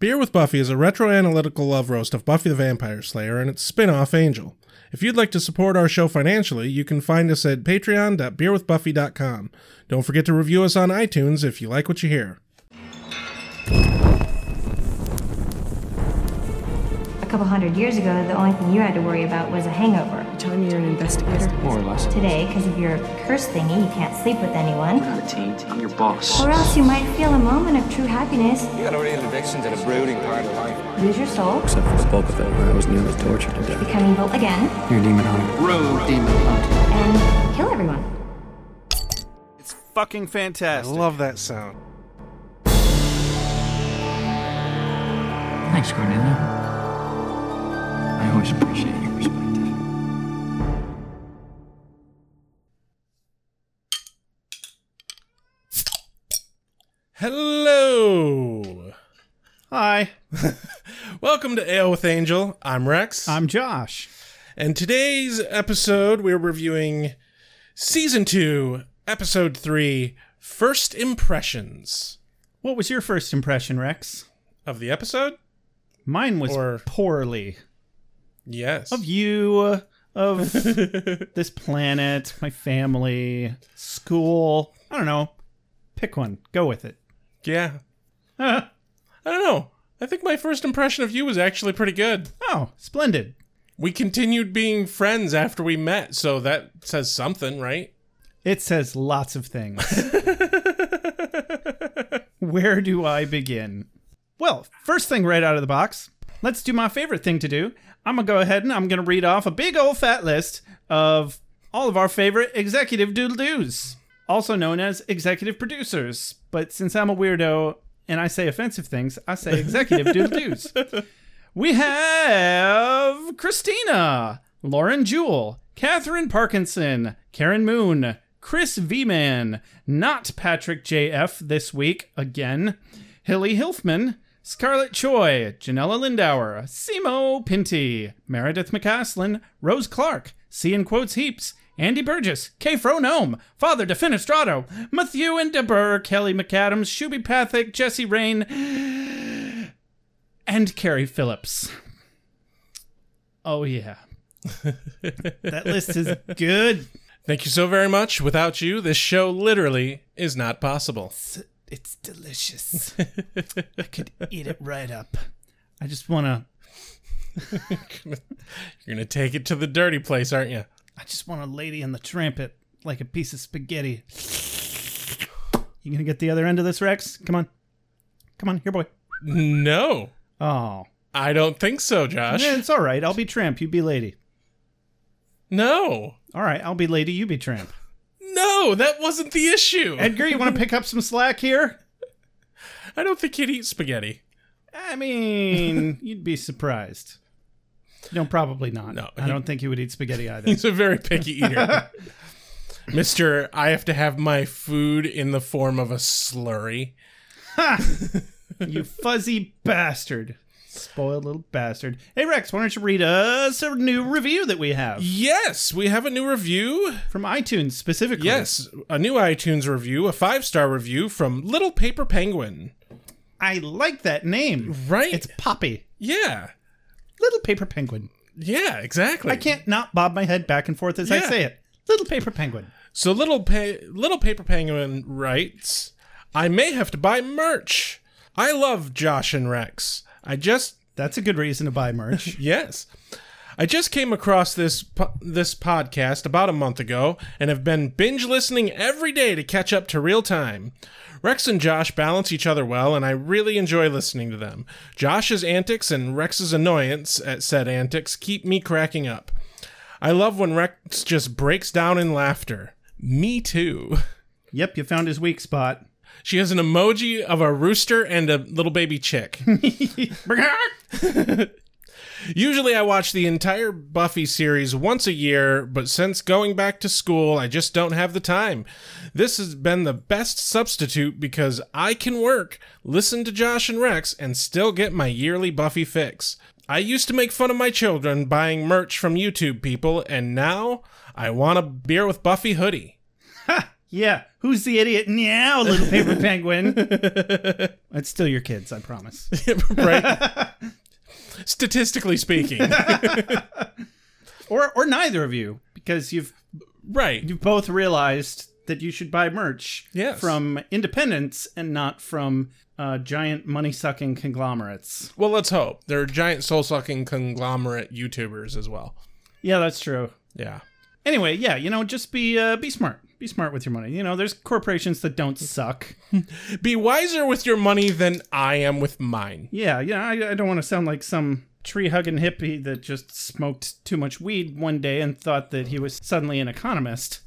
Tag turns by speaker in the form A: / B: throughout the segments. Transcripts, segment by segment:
A: Beer with Buffy is a retroanalytical love roast of Buffy the Vampire Slayer and its spin off Angel. If you'd like to support our show financially, you can find us at patreon.beerwithbuffy.com. Don't forget to review us on iTunes if you like what you hear.
B: A couple hundred years ago, the only thing you had to worry about was a hangover.
C: Tell me you're an investigator.
D: More or less.
B: Today, because of your curse thingy, you can't sleep with anyone.
D: I'm the team. I'm your boss.
B: Or else you might feel a moment of true happiness,
E: You got a real addiction to the brooding part of life.
B: lose your soul,
F: except for the bulk of it, where I was nearly tortured to death.
B: become evil again,
F: You're a demon hunter.
D: Road demon hunter.
B: and kill everyone.
G: It's fucking
A: I
G: fantastic.
A: love that sound.
F: Thanks, Cornelia. I always appreciate your perspective.
A: Hello!
H: Hi,
A: Welcome to Ale with Angel. I'm Rex.
H: I'm Josh.
A: and today's episode, we're reviewing Season 2, Episode 3 First Impressions
H: What was your first impression, Rex?
A: of the episode?
H: Mine was
A: Or-
H: poorly.
A: Yes.
H: Of you, of this planet, my family, school. I don't know. Pick one. Go with it. Oh,
A: Yeah. I don't know. I think my first impression of you was actually pretty good.
H: Oh, splendid.
A: We continued being friends after we met, so that says something, right?
H: It says lots of things. Where do I begin? Well, first thing right out of the box, let's do my favorite thing to do. I'm going to go ahead and I'm going to read off a big old fat list of all of our favorite executive doodle doos, also known as executive producers. But since I'm a weirdo and I say offensive things, I say executive doodle doos. We have Christina, Lauren Jewell, Catherine Parkinson, Karen Moon, Chris Veman, not Patrick JF this week again, Hilly Hilfman, Scarlett Choi, Janella Lindauer, Simo Pinty, Meredith McCaslin, Rose Clark, C in Quotes Heaps, Andy Burgess, K. Fronome, Father Defenestrato, Matthew and DeBurr, Kelly McAdams, Shuby Pathick, Jesse Rain, and Carrie Phillips. Oh yeah. that list is good.
A: Thank you so very much. Without you, this show literally is not possible.
H: It's delicious. I could eat it right up. I just want to
A: You're going to take it to the dirty place, aren't you?
H: I just want a lady in the trampet like a piece of spaghetti. You going to get the other end of this, Rex? Come on. Come on, here boy.
A: No.
H: Oh.
A: I don't think so, Josh.
H: Yeah, it's all right. I'll be tramp, you be lady.
A: No.
H: All right, I'll be lady, you be tramp.
A: No, that wasn't the issue.
H: Edgar, you want to pick up some slack here?
A: I don't think he'd eat spaghetti.
H: I mean, you'd be surprised. No, probably not.
A: No,
H: I
A: he-
H: don't think he would eat spaghetti either.
A: He's a very picky eater. Mister, I have to have my food in the form of a slurry.
H: you fuzzy bastard. Spoiled little bastard. Hey, Rex, why don't you read us a new review that we have
A: Yes, we have a new review.
H: from iTunes specifically?
A: Yes, a new iTunes review, a five star review from Little Paper Penguin.
H: I like that name.
A: Right?
H: It's Poppy.
A: yeah,
H: Little Paper Penguin.
A: yeah, exactly.
H: I can't not bob my head back and forth as I
A: Yeah.
H: say it. Little Paper Penguin.
A: So Little pa- Little Paper Penguin writes, "I may have to buy merch. I love Josh and Rex. I just
H: That's a good reason to buy merch.
A: Yes. I just came across this po- this podcast about a month ago and have been binge listening every day to catch up to real time. Rex and Josh balance each other well and I really enjoy listening to them. Josh's antics and Rex's annoyance at said antics keep me cracking up. I love when Rex just breaks down in laughter. Me too.
H: yep, you found his weak spot.
A: She has an emoji of a rooster and a little baby chick. Usually, I watch the entire Buffy series once a year, but since going back to school, I just don't have the time. This has been the best substitute because I can work, listen to Josh and Rex, and still get my yearly Buffy fix. I used to make fun of my children buying merch from YouTube people, and now I want a Beer with Buffy hoodie.
H: Yeah, who's the idiot now, little paper penguin? It's still your kids, I promise.
A: right? Statistically speaking,
H: or or neither of you, because you've
A: right?
H: you've both realized that you should buy merch
A: Yes.
H: from independents and not from uh, giant money sucking conglomerates.
A: Well, let's hope they're giant soul-sucking conglomerate YouTubers as well.
H: Yeah, that's true.
A: Yeah,
H: Anyway, yeah, you know, just be uh, be smart. Be smart with your money. You know, there's corporations that don't suck.
A: be wiser with your money than I am with mine.
H: Yeah, yeah. I, I don't want to sound like some tree hugging hippie that just smoked too much weed one day and thought that he was suddenly an economist.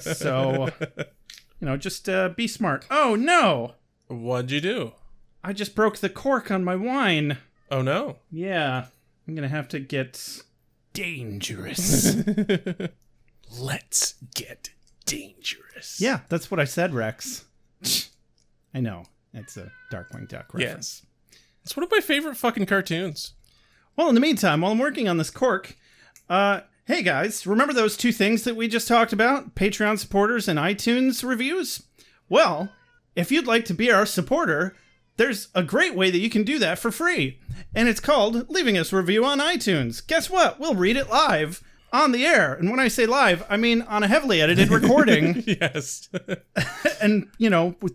H: so, you know, just uh, be smart. Oh no,
A: What'd you do?
H: I just broke the cork on my wine.
A: Oh no!
H: Yeah, I'm gonna have to get dangerous.
A: Let's get dangerous.
H: yeah, that's what I said, Rex. I know it's a Darkwing Duck reference.
A: Yes. It's one of my favorite fucking cartoons.
H: Well, in the meantime, while I'm working on this cork, uh, hey guys, remember those two things that we just talked about? Patreon supporters and iTunes reviews? Well, if you'd like to be our supporter, there's a great way that you can do that for free. And it's called leaving us a review on iTunes. Guess what? We'll read it live on the air. And when I say live, I mean on a heavily edited recording
A: Yes.
H: and, you know, with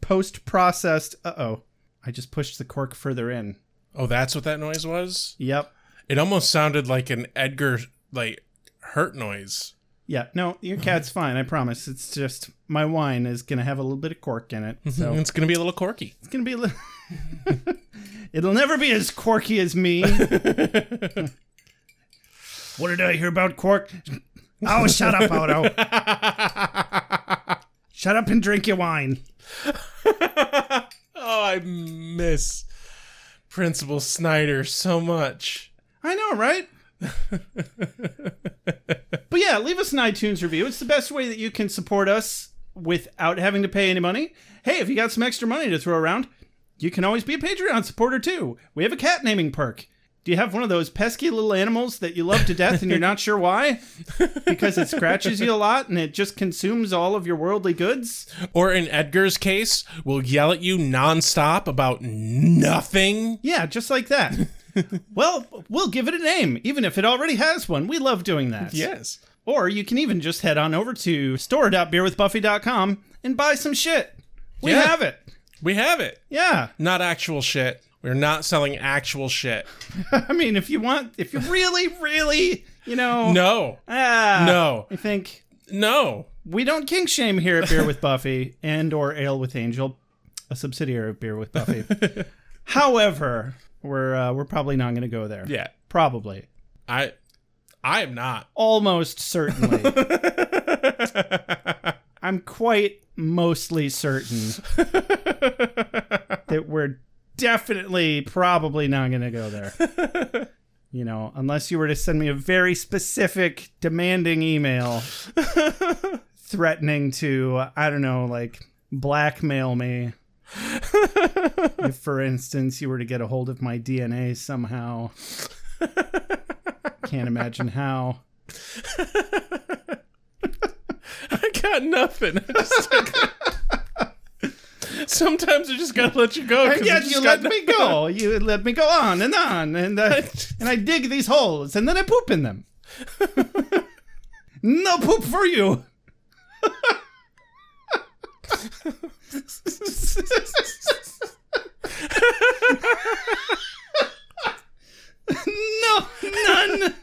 H: post processed. Uh oh. I just pushed the cork further in.
A: oh, that's what that noise was?
H: Yep.
A: It almost sounded like an Edgar like hurt noise.
H: Yeah, no, your cat's fine, I promise. It's just my wine is gonna have a little bit of cork in it, so
A: It's gonna be a little corky.
H: it's gonna be a little. It'll never be as quirky as me. what did I hear about cork? Oh, shut up, Odo. shut up and drink your wine.
A: Oh, I miss Principal Snyder so much.
H: I know, right? but yeah, leave us an iTunes review. It's the best way that you can support us without having to pay any money. Hey, if you got some extra money to throw around, you can always be a Patreon supporter too. We have a cat naming perk. Do you have one of those pesky little animals that you love to death and you're not sure why? Because it scratches you a lot and it just consumes all of your worldly goods?
A: Or in Edgar's case, will yell at you nonstop about nothing.
H: Yeah, just like that. well, we'll give it a name, even if it already has one. We love doing that.
A: Yes.
H: Or you can even just head on over to store.beerwithbuffy.com and buy some shit. We
A: Yeah.
H: have it.
A: We have it.
H: Yeah.
A: Not actual shit. We're not selling actual shit.
H: I mean, if you want, if you really, really, you know,
A: No.
H: ah,
A: No.
H: I think
A: No.
H: we don't kink shame here at Beer with Buffy and or Ale with Angel, a subsidiary of Beer with Buffy. However, we're uh, we're probably not going to go there.
A: Yeah.
H: Probably.
A: I I am not.
H: Almost certainly. I'm quite mostly certain that we're definitely probably not going to go there. You know, unless you were to send me a very specific, demanding email threatening to, I don't know, like blackmail me. if, for instance, you were to get a hold of my DNA somehow. Can't imagine how.
A: I got nothing. I just- sometimes I just gotta let you go. 'cause
H: And
A: I
H: yet
A: just
H: you
A: got
H: let me go. You let me go on and on, and uh, and I dig these holes, and then I poop in them. no poop for you. no, none.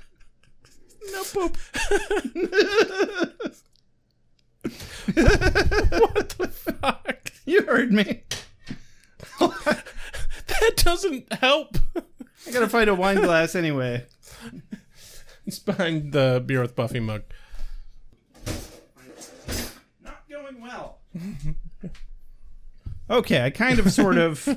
H: No poop.
A: Fuck.
H: You heard me.
A: That doesn't help.
H: I gotta find a wine glass anyway.
A: It's behind the beer with Buffy mug.
H: not going well. okay, I kind of sort of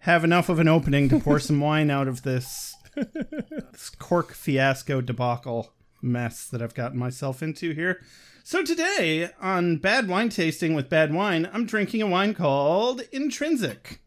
H: have enough of an opening to pour some wine out of this, this cork fiasco debacle mess that I've gotten myself into here. So today on Bad Wine Tasting with Bad Wine, I'm drinking a wine called Intrinsic.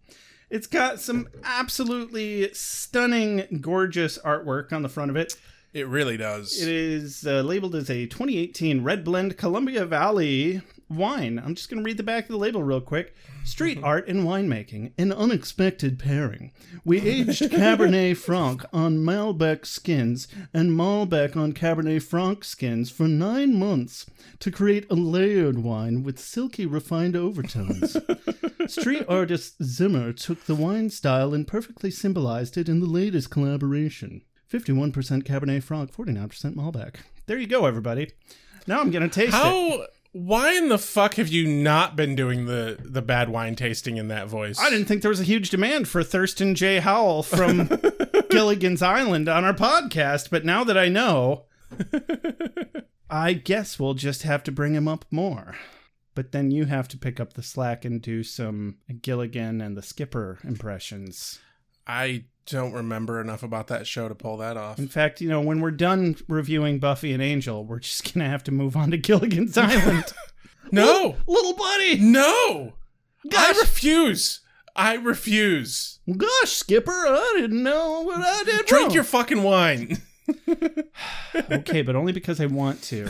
H: It's got some absolutely stunning, gorgeous artwork on the front of it.
A: It really does.
H: It is uh, labeled as a 2018 Red Blend Columbia Valley wine. I'm just going to read the back of the label real quick. Street art and winemaking, an unexpected pairing. We aged Cabernet Franc on Malbec skins and Malbec on Cabernet Franc skins for nine months to create a layered wine with silky, refined overtones. Street artist Zimmer took the wine style and perfectly symbolized it in the latest collaboration. 51% Cabernet Franc, 49% Malbec. There you go, everybody. Now I'm going to taste it.
A: How? Why in the fuck have you not been doing the the bad wine tasting in that voice?
H: I didn't think there was a huge demand for Thurston J. Howell from Gilligan's Island on our podcast, but now that I know, I guess we'll just have to bring him up more. But then you have to pick up the slack and do some Gilligan and the Skipper impressions.
A: I don't remember enough about that show to pull that off.
H: In fact, you know, when we're done reviewing Buffy and Angel, we're just going to have to move on to Gilligan's Island.
A: No,
H: Little buddy!
A: no,
H: Gosh.
A: I refuse. I refuse.
H: Gosh, Skipper, I didn't know what I did
A: Drink
H: wrong.
A: your fucking wine.
H: okay, but only because I want to.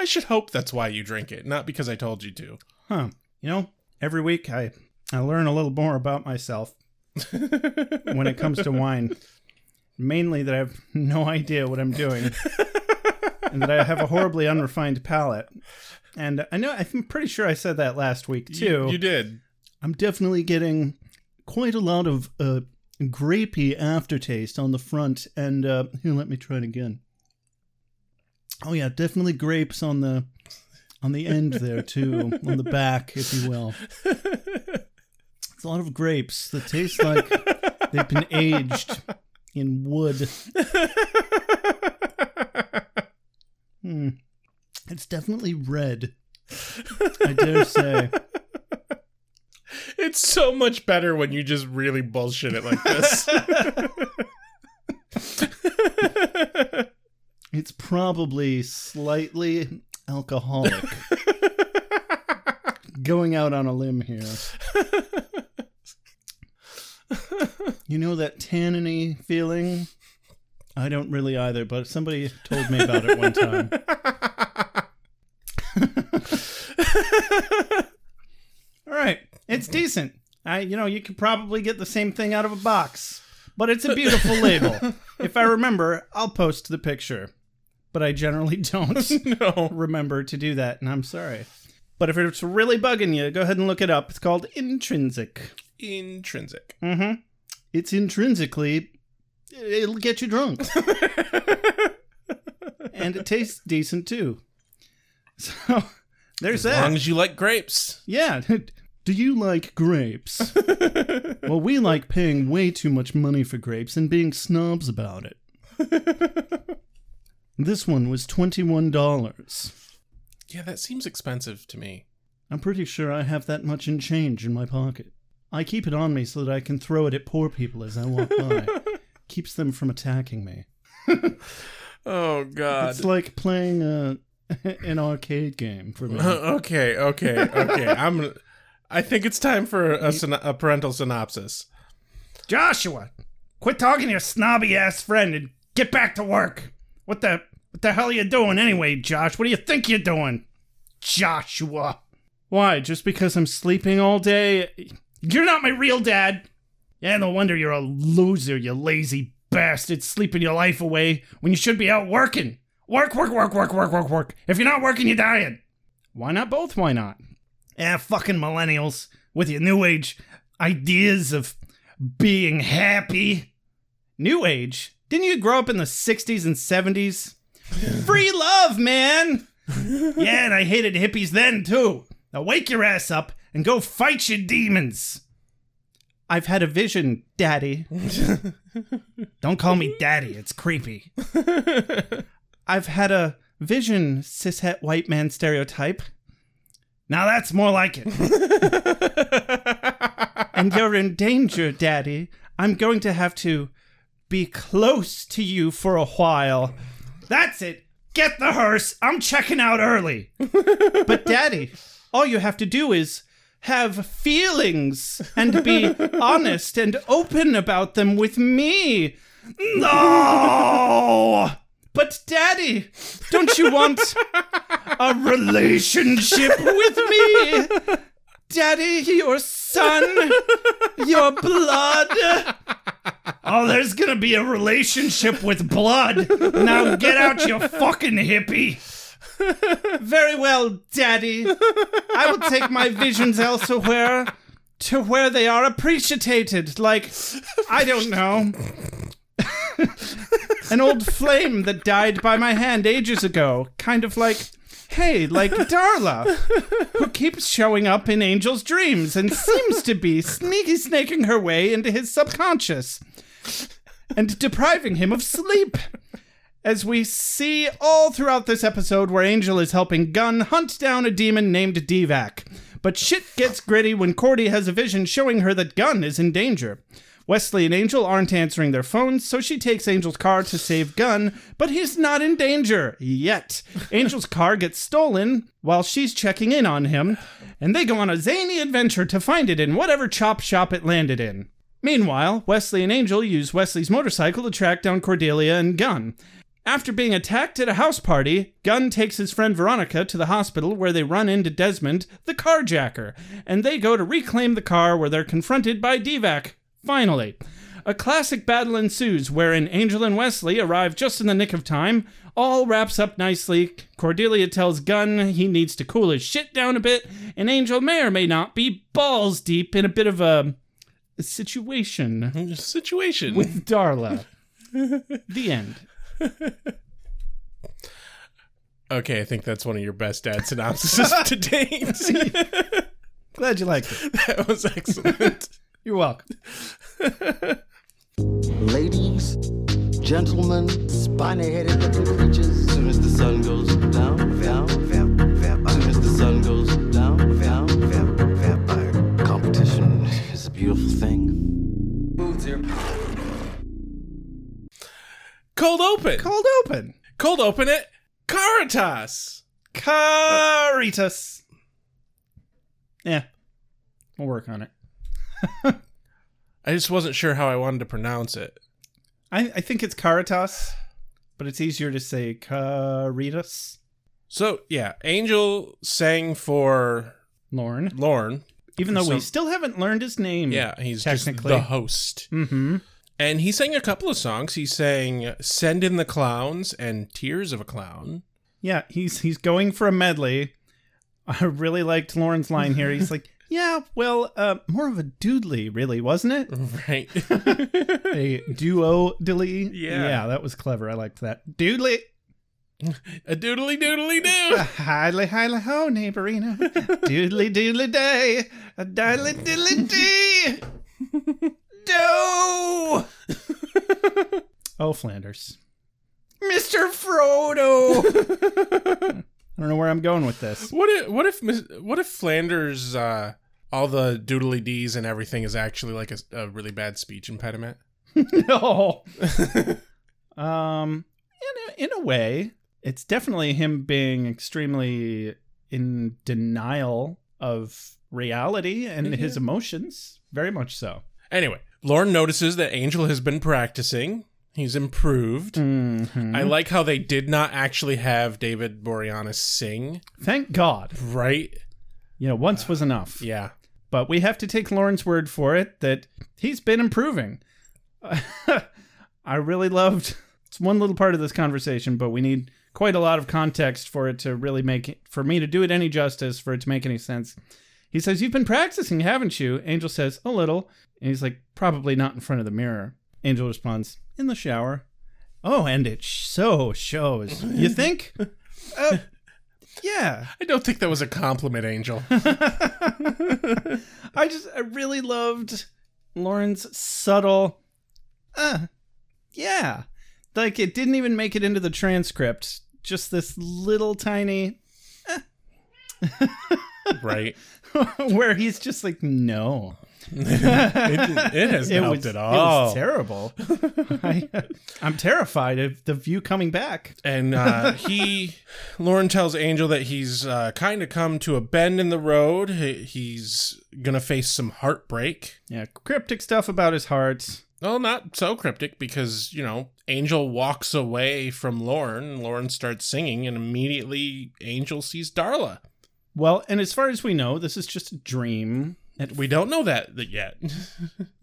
A: I should hope that's why you drink it, not because I told you to.
H: Huh. You know, every week I I learn a little more about myself when it comes to wine. Mainly that I have no idea what I'm doing and that I have a horribly unrefined palate. And I know I'm pretty sure I said that last week too.
A: You, you did.
H: I'm definitely getting quite a lot of uh, grapey aftertaste on the front. And uh, here, let me try it again. Oh yeah, definitely grapes on the on the end there too, on the back, if you will. It's a lot of grapes that taste like they've been aged in wood. Hmm. It's definitely red. I dare say.
A: It's so much better when you just really bullshit it like this.
H: It's probably slightly alcoholic. Going out on a limb here. you know that tanniny feeling? I don't really either, but somebody told me about it one time. All right, it's decent. I you know, you could probably get the same thing out of a box, but it's a beautiful label. If I remember, I'll post the picture. But I generally don't
A: no.
H: remember to do that, and I'm sorry. But if it's really bugging you, go ahead and look it up. It's called intrinsic.
A: Intrinsic.
H: It's intrinsically, it'll get you drunk, and it tastes decent too. So there's
A: As
H: that.
A: long as you like grapes.
H: Yeah. Do you like grapes? well, we like paying way too much money for grapes and being snobs about it. this one was $21.
A: Yeah, that seems expensive to me.
H: I'm pretty sure I have that much in change in my pocket. I keep it on me so that I can throw it at poor people as I walk by. Keeps them from attacking me.
A: Oh God.
H: It's like playing uh, an arcade game for me.
A: okay, okay, okay. I'm. I think it's time for a, syno- a parental synopsis.
H: Joshua, quit talking to your snobby ass friend and get back to work. What the what the hell are you doing anyway, Josh? What do you think you're doing? Joshua. Why? Just because I'm sleeping all day? You're not my real dad. Yeah, no wonder you're a loser, you lazy bastard, sleeping your life away when you should be out working. Work, work, work, work, work, work, work. If you're not working, you're dying. Why not both? Why not? Eh, fucking millennials with your new age ideas of being happy. New age? Didn't you grow up in the 60s and 70s? Free love, man! yeah, and I hated hippies then, too. Now wake your ass up and go fight your demons. I've had a vision, Daddy. Don't call me Daddy, it's creepy. I've had a vision, cishet white man stereotype. Now that's more like it and you're in danger, Daddy. I'm going to have to be close to you for a while. That's it. Get the hearse. I'm checking out early. but, Daddy, all you have to do is have feelings and be honest and open about them with me. No! But daddy, don't you want a relationship with me? Daddy, your son, your blood. Oh, there's gonna be a relationship with blood. Now get out, you fucking hippie. Very well, Daddy. I will take my visions elsewhere to where they are appreciated. Like, I don't know. An old flame that died by my hand ages ago. Kind of like, hey, like Darla, who keeps showing up in Angel's dreams and seems to be sneaky snaking her way into his subconscious and depriving him of sleep. As we see all throughout this episode, where Angel is helping Gunn hunt down a demon named Divac. But shit gets gritty when Cordy has a vision showing her that Gunn is in danger. Wesley and Angel aren't answering their phones, so she takes Angel's car to save Gunn, but he's not in danger yet. Angel's car gets stolen while she's checking in on him, and they go on a zany adventure to find it in whatever chop shop it landed in. Meanwhile, Wesley and Angel use Wesley's motorcycle to track down Cordelia and Gunn. After being attacked at a house party, Gunn takes his friend Veronica to the hospital where they run into Desmond, the carjacker, and they go to reclaim the car where they're confronted by Divac. Finally, a classic battle ensues wherein Angel and Wesley arrive just in the nick of time. All wraps up nicely. Cordelia tells Gunn he needs to cool his shit down a bit, and Angel may or may not be balls deep in a bit of a situation
A: Situation.
H: with Darla. the end.
A: okay, I think that's one of your best dad synopsises to date.
H: Glad you liked it.
A: that was excellent.
H: You're welcome.
C: Ladies, gentlemen, spiny headed looking creatures. Soon as the sun goes down, down, down, down. Soon as the sun goes down, down, down, vampire. Competition is a beautiful thing.
A: Cold open.
H: Cold open.
A: Cold open it. Caritas.
H: Uh, Caritas. Yeah. We'll work on it.
A: I just wasn't sure how I wanted to pronounce it.
H: I, I think it's Caritas, but it's easier to say Caritas.
A: So yeah, Angel sang for
H: Lorne.
A: Lorne.
H: Even though we
A: Some-
H: still haven't learned his name.
A: Yeah, he's
H: Hmm. Technically.
A: just the host.
H: Mm-hmm.
A: And he sang a couple of songs. He sang Send in the Clowns and Tears of a Clown.
H: Yeah, he's he's going for a medley. I really liked Lauren's line here. He's like, yeah, well, uh, more of a doodly, really, wasn't it?
A: Right.
H: a duo dilly.
A: Yeah.
H: Yeah, that was clever. I liked that. Doodly.
A: a doodly doodly doo.
H: Hidely, hidely, ho, neighborino. doodly, doodly day. A diddly, diddly dee. Do. oh, Flanders. Mr. Frodo. I don't know where I'm going with this.
A: What if what if Miss- what if Flanders uh all the doodly d's and everything is actually like a, a really bad speech impediment?
H: No. um, in a, in a way, it's definitely him being extremely in denial of reality and his emotions. Very much so.
A: Anyway, Lauren notices that Angel has been practicing. He's improved.
H: Mm-hmm.
A: I like how they did not actually have David Boreanaz sing,
H: Thank God.
A: right?
H: You know, once was enough.
A: Yeah.
H: But we have to take Lauren's word for it that he's been improving. I really loved it's one little part of this conversation, but we need quite a lot of context for it to really make it, for me to do it any justice, for it to make any sense. He says, You've been practicing, haven't you? Angel says, A little. And he's like, Probably not in front of the mirror. Angel responds, In the shower. Oh, and it sh- so shows. You think? uh, yeah.
A: I don't think that was a compliment, Angel.
H: I just I really loved Lauren's subtle uh yeah. Like it didn't even make it into the transcript. Just this little tiny
A: right.
H: where he's just like no.
A: It, it has
H: It
A: not
H: was,
A: helped at
H: it
A: all.
H: was terrible. I, I'm terrified of the view coming back.
A: and uh, he, Lauren tells Angel that he's uh, kind of come to a bend in the road. He, he's going to face some heartbreak.
H: Yeah, cryptic stuff about his heart.
A: Well, not so cryptic because, you know, Angel walks away from Lauren. Lauren starts singing, and immediately Angel sees Darla.
H: Well, and as far as we know, this is just a dream. It-
A: We don't know that th- yet.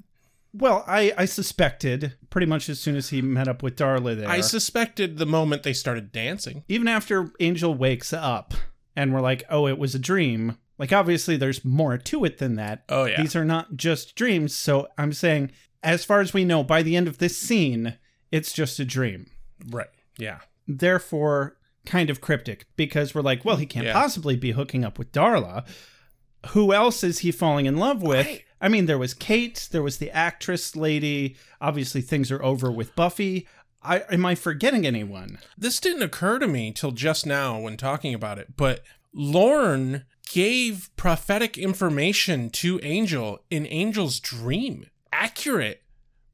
H: well, I, I suspected pretty much as soon as he met up with Darla there.
A: I suspected the moment they started dancing.
H: Even after Angel wakes up and we're like, oh, it was a dream. Like, obviously, there's more to it than that.
A: Oh, yeah.
H: These are not just dreams. So I'm saying, as far as we know, by the end of this scene, it's just a dream.
A: Right. Yeah.
H: therefore kind of cryptic because we're like, well, he can't
A: Yeah.
H: possibly be hooking up with Darla. Who else is he falling in love with? I mean, there was Kate, there was the actress lady. Obviously, things are over with Buffy. I, am I forgetting anyone?
A: This didn't occur to me till just now when talking about it, but Lorne gave prophetic information to Angel in Angel's dream. Accurate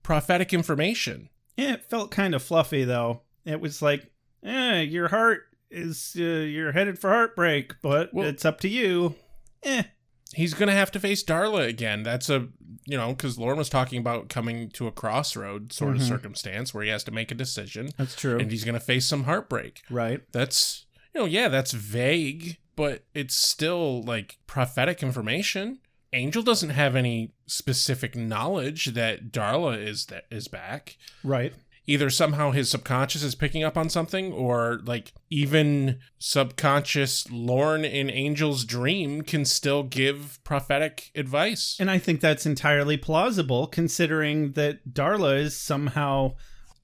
A: prophetic information.
H: Yeah, it felt kind of fluffy though. It was like, eh, your heart is uh, you're headed for heartbreak, but
A: Well-
H: it's up to you. Eh,
A: He's going to have to face Darla again. That's a, you know, because Lorne was talking about coming to a crossroad sort of circumstance where he has to make a decision
H: Mm-hmm. that's true.
A: and he's going to face some heartbreak.
H: right.
A: That's, you know, yeah, that's vague, but it's still like prophetic information. Angel doesn't have any specific knowledge that Darla is that is back.
H: Right.
A: Either somehow his subconscious is picking up on something, or like even subconscious Lorne in Angel's dream can still give prophetic advice.
H: And I think that's entirely plausible considering that Darla is somehow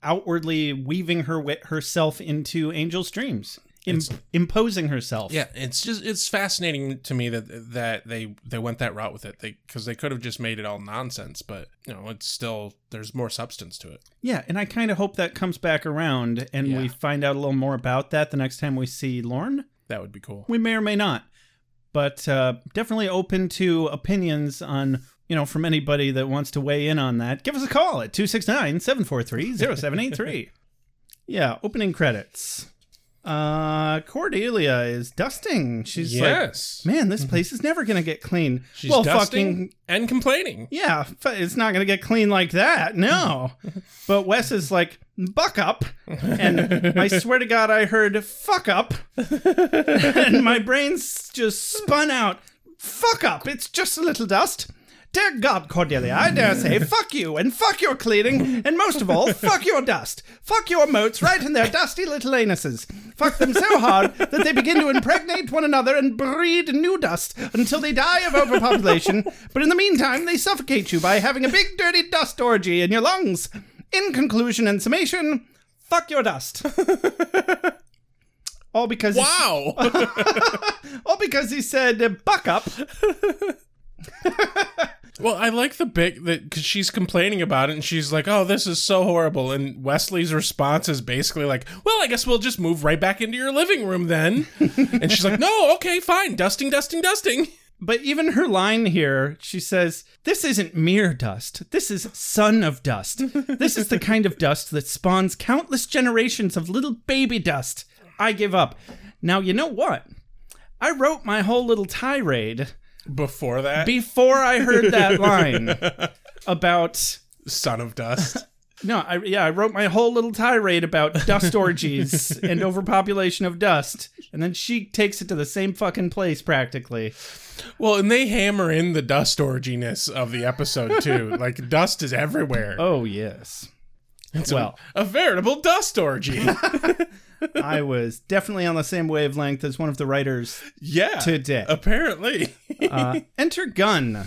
H: outwardly weaving her wit herself into Angel's dreams, Im- imposing herself.
A: Yeah, it's just it's fascinating to me that that they they went that route with it. They because they could have just made it all nonsense, but you know it's still there's more substance to it.
H: Yeah, and I kind of hope that comes back around and we
A: Yeah.
H: find out a little more about that the next time we see Lorne.
A: That would be cool.
H: We may or may not. But uh, definitely open to opinions on, you know, from anybody that wants to weigh in on that. Give us a call at 269 743 0783. Yeah, opening credits. Uh, Cordelia is dusting. She's
A: yes,
H: like, man, this place is never going to get clean.
A: she's dusting and complaining.
H: Yeah, fu- it's not going to get clean like that. No. but Wes is like, buck up. And I swear to God, I heard fuck up. and my brain's just spun out. Fuck up. It's just a little dust. Dear God, Cordelia, I dare say, fuck you and fuck your cleaning. And most of all, fuck your dust. Fuck your moats right in their dusty little anuses. Fuck them so hard that they begin to impregnate one another and breed new dust until they die of overpopulation. But in the meantime, they suffocate you by having a big dirty dust orgy in your lungs. In conclusion and summation, fuck your dust. all because
A: Wow,
H: all because he said uh, buck up.
A: Well, I like the bit that because she's complaining about it and she's like, "Oh, this is so horrible." And Wesley's response is basically like, "Well, I guess we'll just move right back into your living room then." and she's like, "No, okay, fine, dusting, dusting, dusting."
H: But even her line here, she says, This isn't mere dust. This is sun of dust. This is the kind of dust that spawns countless generations of little baby dust. I give up. Now, you know what? I wrote my whole little tirade
A: Before that,
H: before I heard that line about.
A: son of dust.
H: No, I, yeah, I wrote my whole little tirade about dust orgies and overpopulation of dust. And then she takes it to the same fucking place practically.
A: Well, and they hammer in the dust orginess of the episode too. like dust is everywhere.
H: Oh, yes.
A: it's
H: well.
A: a, a veritable dust orgy.
H: I was definitely on the same wavelength as one of the writers.
A: yeah,
H: Today.
A: Apparently,
H: Uh, enter Gunn.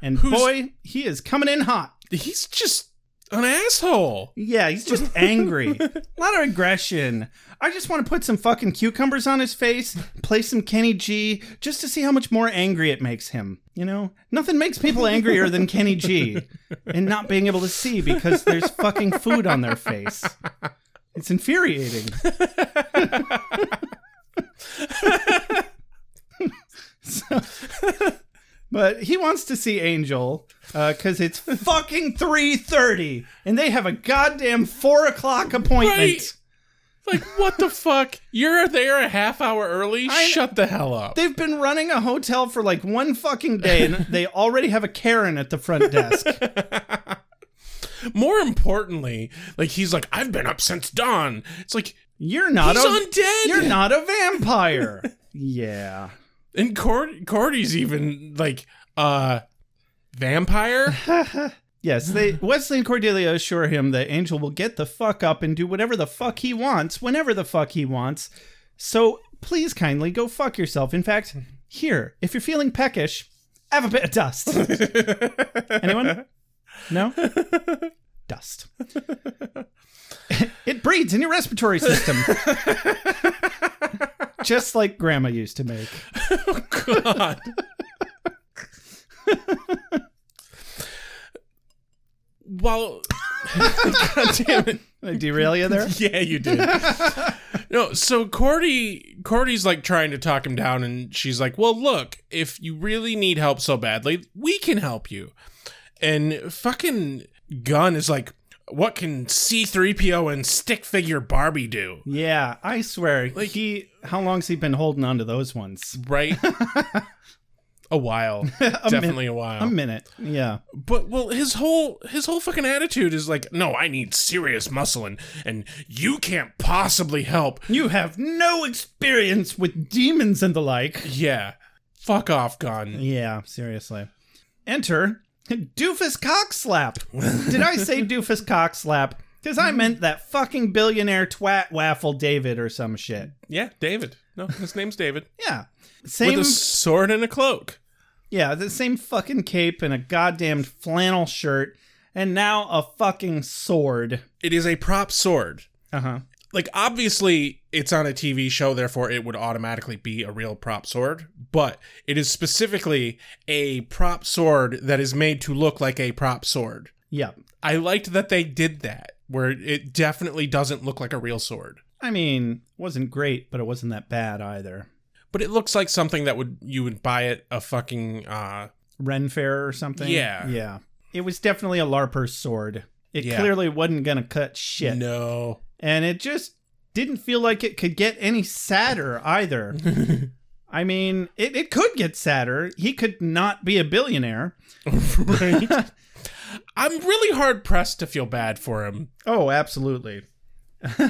H: And
A: Who's-
H: boy, he is coming in hot.
A: he's just an asshole.
H: Yeah, he's just angry. A lot of aggression. I just want to put some fucking cucumbers on his face, play some Kenny G, just to see how much more angry it makes him. You know? Nothing makes people angrier than Kenny G and not being able to see because there's fucking food on their face. It's infuriating. So- but he wants to see Angel because it's fucking three thirty, and they have a goddamn four o'clock appointment.
A: Right. Like, what the fuck? You're there a half hour early?
H: I-
A: Shut the hell up.
H: They've been running a hotel for like one fucking day, and they already have a Karen at the front desk.
A: More importantly, like he's like, I've been up since dawn. It's like
H: You're not
A: He's
H: a
A: undead!
H: You're not a vampire. yeah.
A: and Cord- Cordy's even like, uh, vampire.
H: Yes, they Wesley and Cordelia assure him that Angel will get the fuck up and do whatever the fuck he wants, whenever the fuck he wants. So please kindly go fuck yourself. In fact, here, if you're feeling peckish, have a bit of dust. Anyone? No? Dust. it breeds in your respiratory system. Just like grandma used to make.
A: God. well, God damn it.
H: Did I derail you there?
A: Yeah, you did. no, so Cordy, Cordy's like trying to talk him down, and she's like, "Well, look, if you really need help so badly, we can help you." And fucking Gun is like, "What can C three PO and stick figure Barbie do?"
H: Yeah, I swear. he, how long's he been holding on to those ones?
A: Right? a while, definitely a while.
H: A minute. Yeah.
A: But well, his whole his whole fucking attitude is like, no, I need serious muscle, and and you can't possibly help.
H: You have no experience with demons and the like.
A: Yeah, fuck off, Gun.
H: Yeah, seriously. Enter Doofus Cockslap. Did I say Doofus Cockslap? Because I meant that fucking billionaire twat waffle David or some shit.
A: Yeah, David. No, his name's David.
H: Yeah. Same.
A: With a sword and a cloak.
H: Yeah, the same fucking cape and a goddamn flannel shirt, and now a fucking sword.
A: It is a prop sword.
H: Uh huh.
A: Like obviously, it's on a TV show, therefore it would automatically be a real prop sword. But it is specifically a prop sword that is made to look like a prop sword.
H: Yeah.
A: I liked that they did that, where it definitely doesn't look like a real sword,
H: I mean, wasn't great, but it wasn't that bad either.
A: but it looks like something that would you would buy at a fucking uh
H: Ren Fair or something.
A: Yeah.
H: Yeah. It was definitely a LARPer sword. It
A: Yeah.
H: clearly wasn't going to cut shit.
A: no.
H: And it just didn't feel like it could get any sadder either. I mean, it, it could get sadder. He could not be a billionaire.
A: I'm really hard pressed to feel bad for him.
H: Oh, absolutely.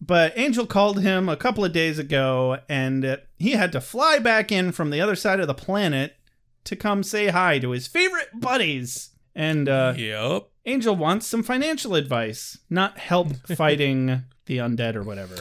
H: but Angel called him a couple of days ago, and uh, he had to fly back in from the other side of the planet to come say hi to his favorite buddies. And uh,
A: Yep.
H: Angel wants some financial advice, not help fighting the undead or whatever.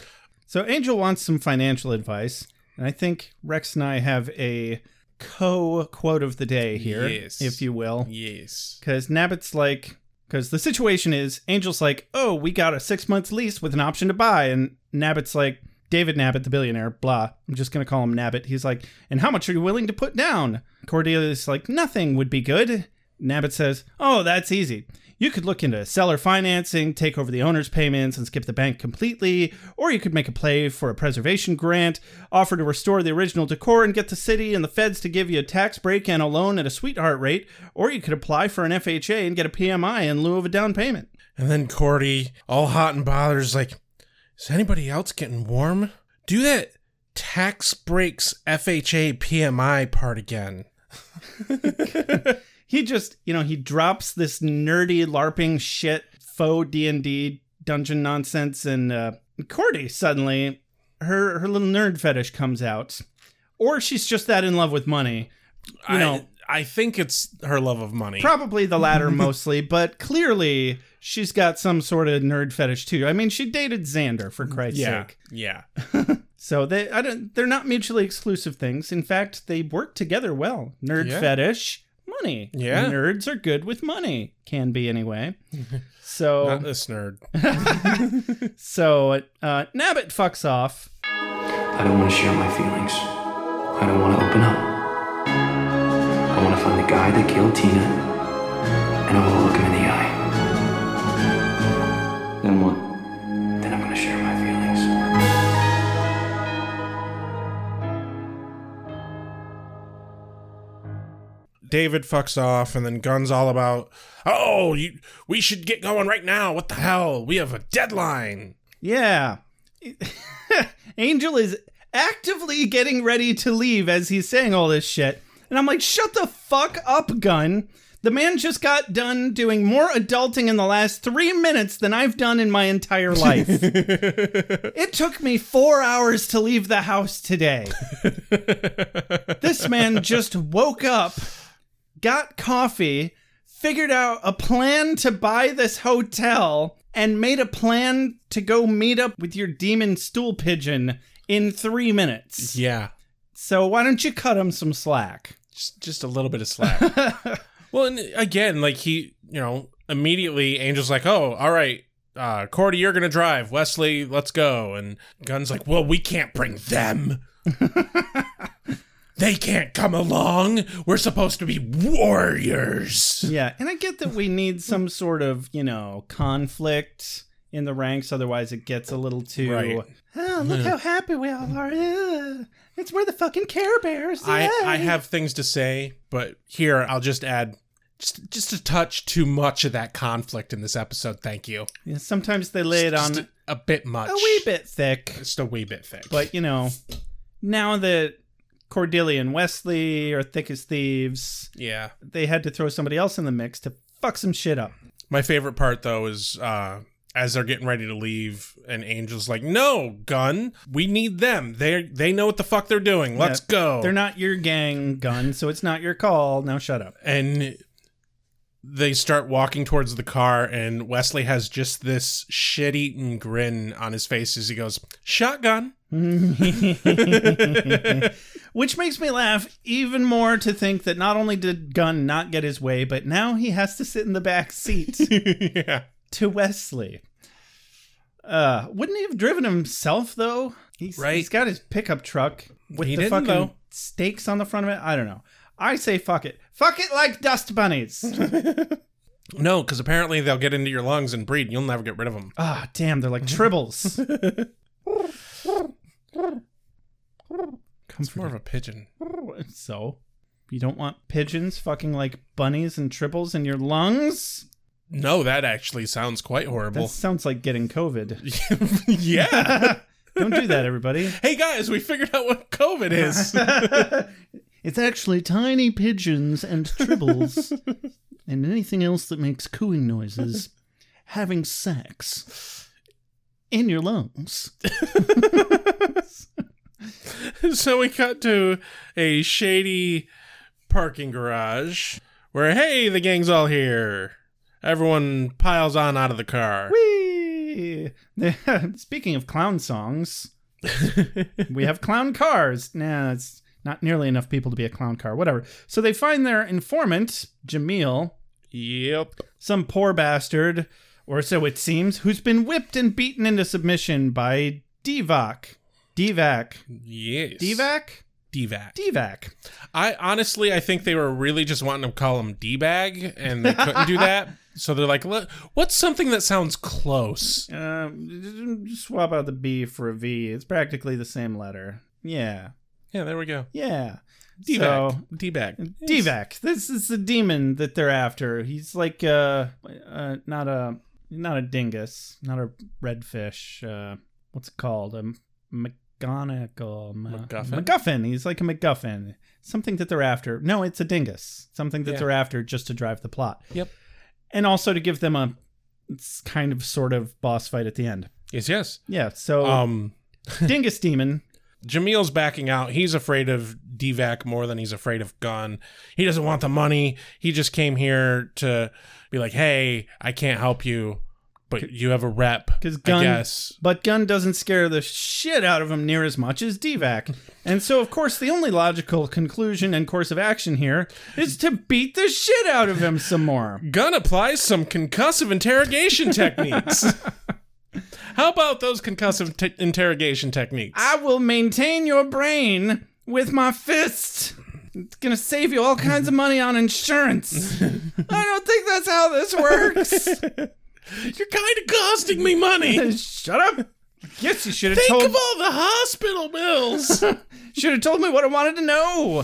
H: So Angel wants some financial advice, and I think Rex and I have a co quote of the day here,
A: Yes.
H: if you will.
A: Yes.
H: Because Nabbit's like, because the situation is, Angel's like, oh, we got a six months lease with an option to buy. And Nabbit's like, David Nabbit, the billionaire, blah. I'm just going to call him Nabbit. He's like, and how much are you willing to put down? Cordelia's like, nothing would be good. Nabbit says, oh, that's easy. You could look into seller financing, take over the owner's payments, and skip the bank completely, or you could make a play for a preservation grant, offer to restore the original decor and get the city and the feds to give you a tax break and a loan at a sweetheart rate, or you could apply for an FHA and get a PMI in lieu of a down payment.
A: And then Cordy, all hot and bothered, is like, is anybody else getting warm? Do that tax breaks FHA PMI part again.
H: He just, you know, he drops this nerdy LARPing shit, faux D and D dungeon nonsense, and uh, Cordy suddenly, her her little nerd fetish comes out, or she's just that in love with money. You know,
A: I, I think it's her love of money.
H: Probably the latter mostly, but clearly she's got some sort of nerd fetish too. I mean, she dated Xander for Christ's
A: yeah.
H: sake.
A: Yeah.
H: So they I don't they're not mutually exclusive things. In fact, they work together well. Nerd
A: Yeah.
H: fetish, money.
A: Yeah.
H: Nerds are good with money, can be anyway. So
A: Not this nerd.
H: so uh Nabbit fucks off.
F: I don't want to share my feelings. I don't want to open up. I want to find the guy that killed Tina, and I want to look him in the eye.
D: Then what?
F: Then I'm going to share my feelings.
A: David fucks off, and then Gun's all about, oh, you, we should get going right now. What the hell? We have a deadline.
H: Yeah. Angel is actively getting ready to leave as he's saying all this shit. And I'm like, shut the fuck up, gun. The man just got done doing more adulting in the last three minutes than I've done in my entire life. it took me four hours to leave the house today. this man just woke up, got coffee, figured out a plan to buy this hotel, and made a plan to go meet up with your demon stool pigeon in three minutes.
A: Yeah.
H: So why don't you cut him some slack?
A: just, just a little bit of slack. well, and again, like he, you know, immediately Angel's like, "Oh, all right, uh, Cordy, you're gonna drive. Wesley, let's go." And Gun's like, "Well, we can't bring them. they can't come along. We're supposed to be warriors."
H: Yeah, and I get that we need some sort of, you know, conflict in the ranks, otherwise it gets a little too.
A: Right.
H: Oh, look how happy we all are! Ugh. It's we're the fucking Care Bears.
A: I, I
H: Yay."
A: have things to say, but here I'll just add just just a touch too much of that conflict in this episode. Thank you.
H: Yeah, Sometimes they lay it on
A: Just a,
H: a
A: a bit much.
H: wee bit thick,
A: Just a wee bit thick.
H: but you know, now that Cordelia and Wesley are thick as thieves,
A: yeah.
H: they had to throw somebody else in the mix to fuck some shit up.
A: My favorite part though is uh as they're getting ready to leave and Angel's like, "No, gun. We need them. They they know what the fuck they're doing. Let's
H: Yeah,
A: go."
H: They're not your gang gun, so it's not your call. Now shut up.
A: and they start walking towards the car and Wesley has just this shit-eaten grin on his face as he goes, "Shotgun."
H: Which makes me laugh even more to think that not only did Gunn not get his way, but now he has to sit in the back seat
A: yeah.
H: to Wesley. Uh, wouldn't he have driven himself though? He's,
A: Right.
H: He's got his pickup truck with
A: He
H: the
A: didn't,
H: fucking
A: though.
H: stakes on the front of it. I don't know. I say fuck it. Fuck it like dust bunnies.
A: No, cuz apparently they'll get into your lungs and breed. and You'll never get rid of them.
H: Ah, damn, they're like tribbles.
A: It's more of a pigeon.
H: so, you don't want pigeons fucking like bunnies and triples in your lungs?
A: No, that actually sounds quite
H: That
A: horrible.
H: sounds like getting COVID.
A: yeah.
H: Don't do that, everybody.
A: Hey guys, we figured out what COVID is.
H: It's actually tiny pigeons and tribbles and anything else that makes cooing noises having sex in your lungs.
A: so we cut to a shady parking garage where hey the gang's all here everyone piles on out of the car
H: Whee! Speaking of clown songs, we have clown cars. Nah, it's not nearly enough people to be a clown car. Whatever. So they find their informant, Jamil,
A: yep
H: some poor bastard, or so it seems, who's been whipped and beaten into submission by Divac. Divac.
A: yes
H: Divac?
A: d-vac
H: Divac.
A: i honestly i think they were really just wanting to call him d-bag and they couldn't do that so they're like "Look, what's something that sounds close
H: Um, just swap out the B for a V. It's practically the same letter. Yeah.
A: yeah there we go
H: Yeah.
A: d-bag
H: So-
A: d-bag
H: Divac. This is the demon that they're after. He's like uh, uh not a not a dingus, not a redfish. Uh, what's it called? A McGonagall. Ma-
A: MacGuffin?
H: MacGuffin. He's like a MacGuffin. Something that they're after. No, it's a dingus. Something that
A: Yeah.
H: they're after just to drive the plot.
A: Yep.
H: And also to give them a s- kind of sort of boss fight at the end.
A: yes yes
H: Yeah. So
A: um
H: dingus demon.
A: Jamil's backing out. He's afraid of Divac more than he's afraid of Gun. He doesn't want the money. He just came here to be like, "Hey, I can't help you, but you have a rep."
H: Because
A: I
H: Gun,
A: guess.
H: but Gun doesn't scare the shit out of him near as much as Divac, and so of course the only logical conclusion and course of action here is to beat the shit out of him some more.
A: Gun applies some concussive interrogation techniques. How about those concussive te- interrogation techniques?
H: I will maintain your brain with my fist. It's gonna save you all kinds of money on insurance. I don't think that's how this works.
A: You're kind of costing me money.
H: Shut up. Yes, you should have
A: Think
H: told.
A: of all the hospital bills.
H: Should have told me what I wanted to know.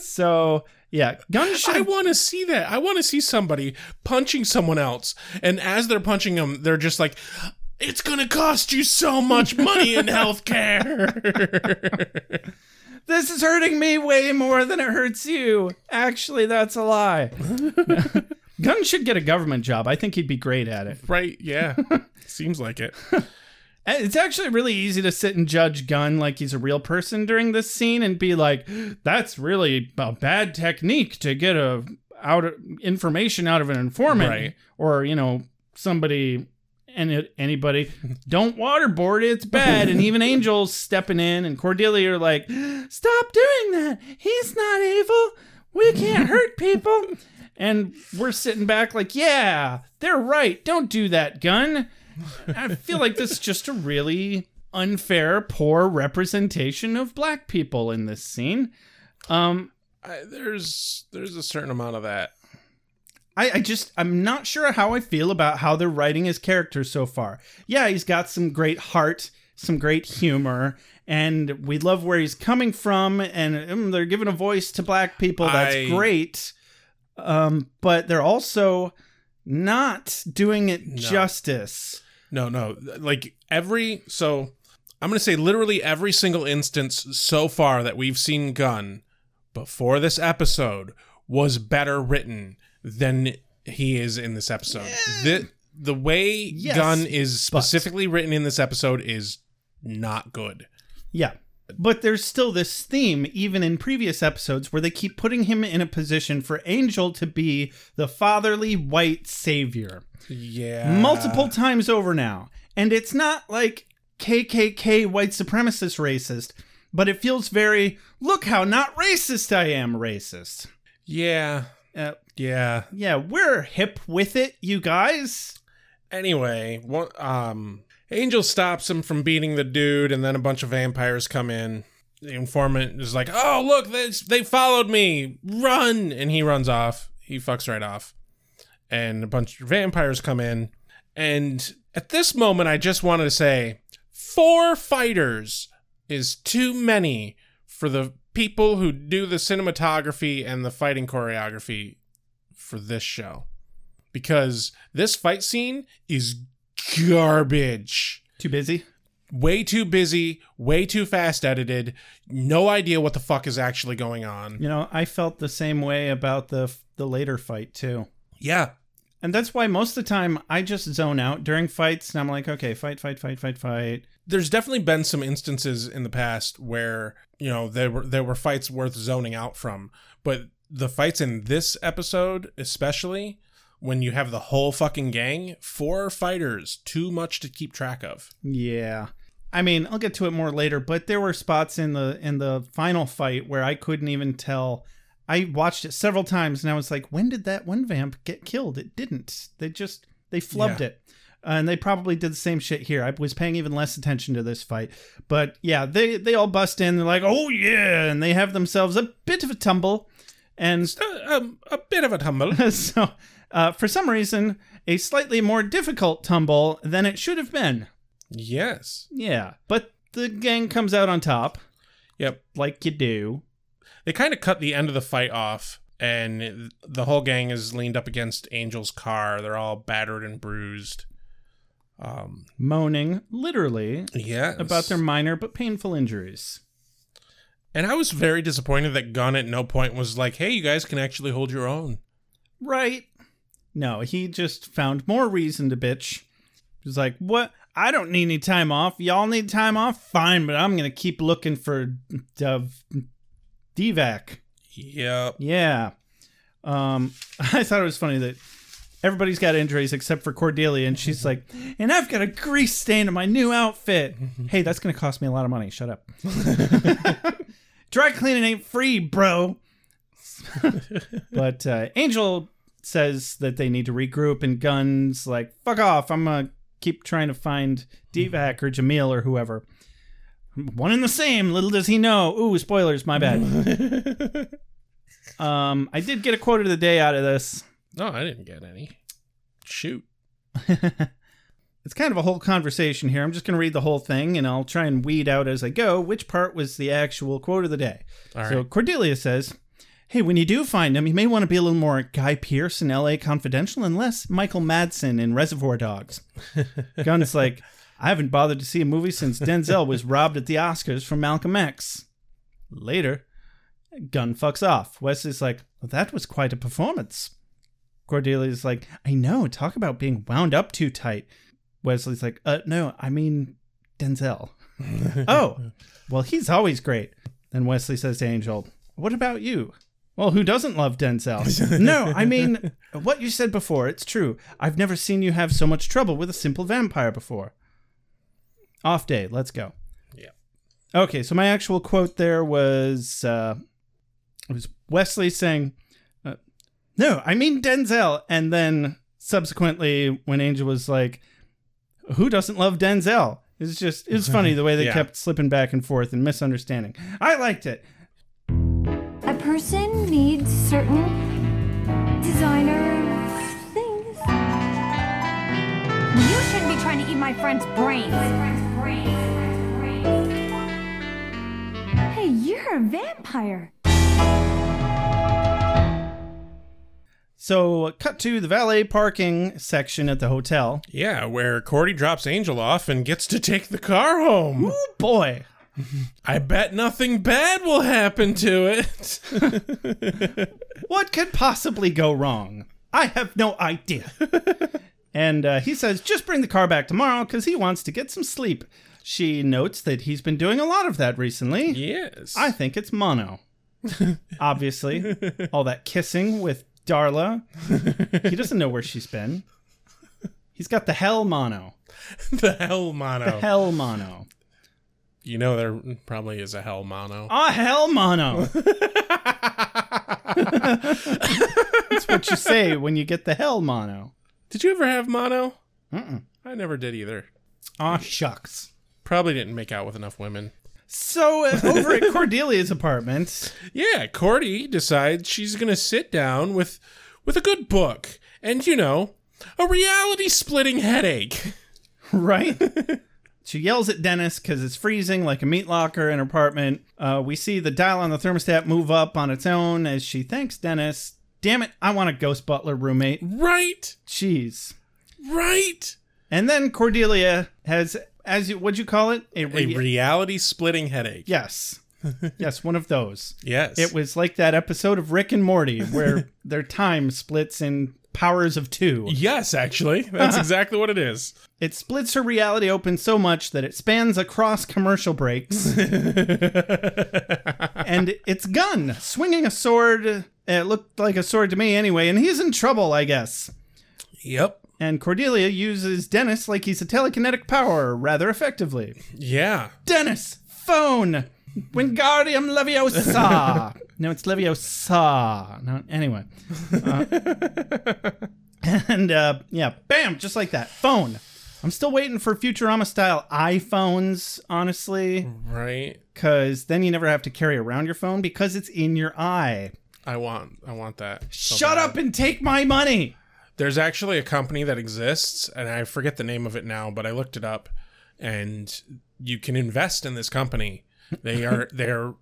H: so yeah, Gun should.
A: I want to see that. I want to see somebody punching someone else, and as they're punching them, they're just like, "It's gonna cost you so much money in healthcare."
H: This is hurting me way more than it hurts you. Actually, that's a lie. Gunn should get a government job. I think he'd be great at it.
A: Right? Yeah. Seems like it.
H: And It's actually really easy to sit and judge Gunn like he's a real person during this scene and be like, that's really a bad technique to get a out of, information out of an informant
A: Right.
H: or you know somebody and anybody don't waterboard it, it's bad and even Angel's stepping in and Cordelia are like stop doing that he's not evil we can't hurt people and we're sitting back like yeah they're right don't do that gun I feel like this is just a really unfair, poor representation of black people in this scene. Um,
A: I, there's there's a certain amount of that.
H: I, I just I'm not sure how I feel about how they're writing his character so far. Yeah, he's got some great heart, some great humor, and we love where he's coming from, and um, they're giving a voice to black people. That's
A: I-
H: great, um, but they're also not doing it justice.
A: No, no. Like every so I'm going to say literally every single instance so far that we've seen Gunn before this episode was better written than he is in this episode. The the way Gunn is specifically written in this episode is not good.
H: Yeah. But there's still this theme, even in previous episodes, where they keep putting him in a position for Angel to be the fatherly white savior
A: Yeah.
H: multiple times over now. And it's not like KKK white supremacist racist, but it feels very, look how not racist I am racist.
A: Yeah.
H: Uh,
A: Yeah.
H: yeah, we're hip with it, you guys.
A: Anyway, what um Angel stops him from beating the dude and then a bunch of vampires come in. The informant is like, "Oh, look, they they followed me. Run." And he runs off. He fucks right off. And a bunch of vampires come in. And at this moment I just wanted to say four fighters is too many for the people who do the cinematography and the fighting choreography for this show because this fight scene is garbage.
H: Too busy?
A: Way too busy, way too fast edited, no idea what the fuck is actually going on.
H: You know, I felt the same way about the the later fight too.
A: Yeah.
H: And that's why most of the time I just zone out during fights and I'm like, okay, fight, fight, fight, fight, fight.
A: There's definitely been some instances in the past where, you know, there were there were fights worth zoning out from, but the fights in this episode, especially when you have the whole fucking gang, four fighters, too much to keep track of.
H: Yeah. I mean, I'll get to it more later, but there were spots in the in the final fight where I couldn't even tell. I watched it several times and I was like, when did that one vamp get killed? It didn't. They just they flubbed
A: Yeah.
H: it. Uh, and they probably did the same shit here. I was paying even less attention to this fight. But yeah, they they all bust in, they're like, "Oh yeah." And they have themselves a bit of a tumble. And
A: Uh, um, a bit of a tumble.
H: so, uh, for some reason, a slightly more difficult tumble than it should have been.
A: yes.
H: Yeah, but the gang comes out on top,
A: Yep.
H: like you do.
A: they kind of cut the end of the fight off and the whole gang is leaned up against angel's car they're all battered and bruised um
H: Moaning, literally,
A: yeah
H: about their minor but painful injuries.
A: and i was very disappointed that gunn at no point was like hey you guys can actually hold your own
H: Right. No, he just found more reason to bitch. He's like, what? I don't need any time off. Y'all need time off? Fine, but I'm going to keep looking for Dov Divac.
A: yep
H: Yeah. Um, I thought it was funny that everybody's got injuries except for Cordelia, and she's like, and I've got a grease stain on my new outfit. hey, that's going to cost me a lot of money. Shut up. Dry cleaning ain't free, bro. but uh, Angel says that they need to regroup, and Guns like, fuck off. I'm going to keep trying to find Divac or Jamil or whoever. One and the same. Little does he know. Ooh, spoilers. My bad. Um, I did get a quote of the day out of this.
A: no i didn't get any shoot
H: It's kind of a whole conversation here. I'm just going to read the whole thing and I'll try and weed out as I go which part was the actual quote of the day.
A: All
H: so
A: right.
H: Cordelia says, Hey, when you do find him, you may want to be a little more Guy Pearce in LA Confidential and less Michael Madsen in Reservoir Dogs. Gunn's like, I haven't bothered to see a movie since Denzel was robbed at the Oscars for Malcolm X. Later, Gunn fucks off. Wesley's like, well, that was quite a performance. Cordelia's like, I know, talk about being wound up too tight. Wesley's like, uh, no, I mean Denzel. oh, well, he's always great. Then Wesley says to Angel, what about you? Well, who doesn't love Denzel? no, I mean, what you said before, it's true. I've never seen you have so much trouble with a simple vampire before. Off day, let's go. Yeah. Okay, so my actual quote there was uh, it was Wesley saying, uh, No, I mean Denzel. And then subsequently, when Angel was like, Who doesn't love Denzel? It's just, it's funny the way they
A: Yeah.
H: kept slipping back and forth and misunderstanding. I liked it.
B: A person needs certain designer things. You shouldn't be trying to eat my friend's brains. Hey, you're a vampire.
H: So, cut to the valet parking section at the hotel.
A: Yeah, where Cordy drops Angel off and gets to take the car home.
H: Ooh, Oh, boy.
A: I bet nothing bad will happen to it.
H: What could possibly go wrong? I have no idea. and uh, he says, just bring the car back tomorrow because he wants to get some sleep. She notes that he's been doing a lot of that recently.
A: yes.
H: I think it's mono. Obviously. All that kissing with Darla. He doesn't know where she's been. He's got the hell mono.
A: the hell mono.
H: Hell mono.
A: You know there probably is a hell mono.
H: Ah, hell mono. That's what you say when you get the hell mono.
A: Did you ever have mono? Mm-mm. I never did either.
H: Ah, shucks.
A: Probably didn't make out with enough women.
H: So uh, over at Cordelia's apartment,
A: Yeah, Cordy decides she's gonna sit down with with a good book and you know a reality splitting headache.
H: right? She yells at Dennis because it's freezing like a meat locker in her apartment. Uh, we see the dial on the thermostat move up on its own as she thanks Dennis. Damn it, I want a Ghost Butler roommate.
A: Right,
H: Jeez.
A: right.
H: And then Cordelia has, as you, what'd you call it?
A: A
H: re-
A: reality splitting headache.
H: yes. yes, one of those.
A: Yes.
H: It was like that episode of Rick and Morty where their time splits in powers of two.
A: Yes, actually. That's exactly what it is.
H: It splits her reality open so much that it spans across commercial breaks. and it's Gun swinging a sword. It looked like a sword to me anyway, and he's in trouble, I guess.
A: Yep.
H: And Cordelia uses Dennis like he's a telekinetic power rather effectively.
A: Yeah.
H: Dennis, phone! Wingardium Leviosa! no, it's Leviosa. No, anyway. Uh, and uh, yeah, bam, just like that. Phone. I'm still waiting for Futurama style iPhones, honestly,
A: Right.
H: because then you never have to carry around your phone because it's in your eye.
A: I want I want that. so
H: Shut
A: bad.
H: up and take my money!
A: There's actually a company that exists, and I forget the name of it now, but I looked it up, and you can invest in this company. They are they're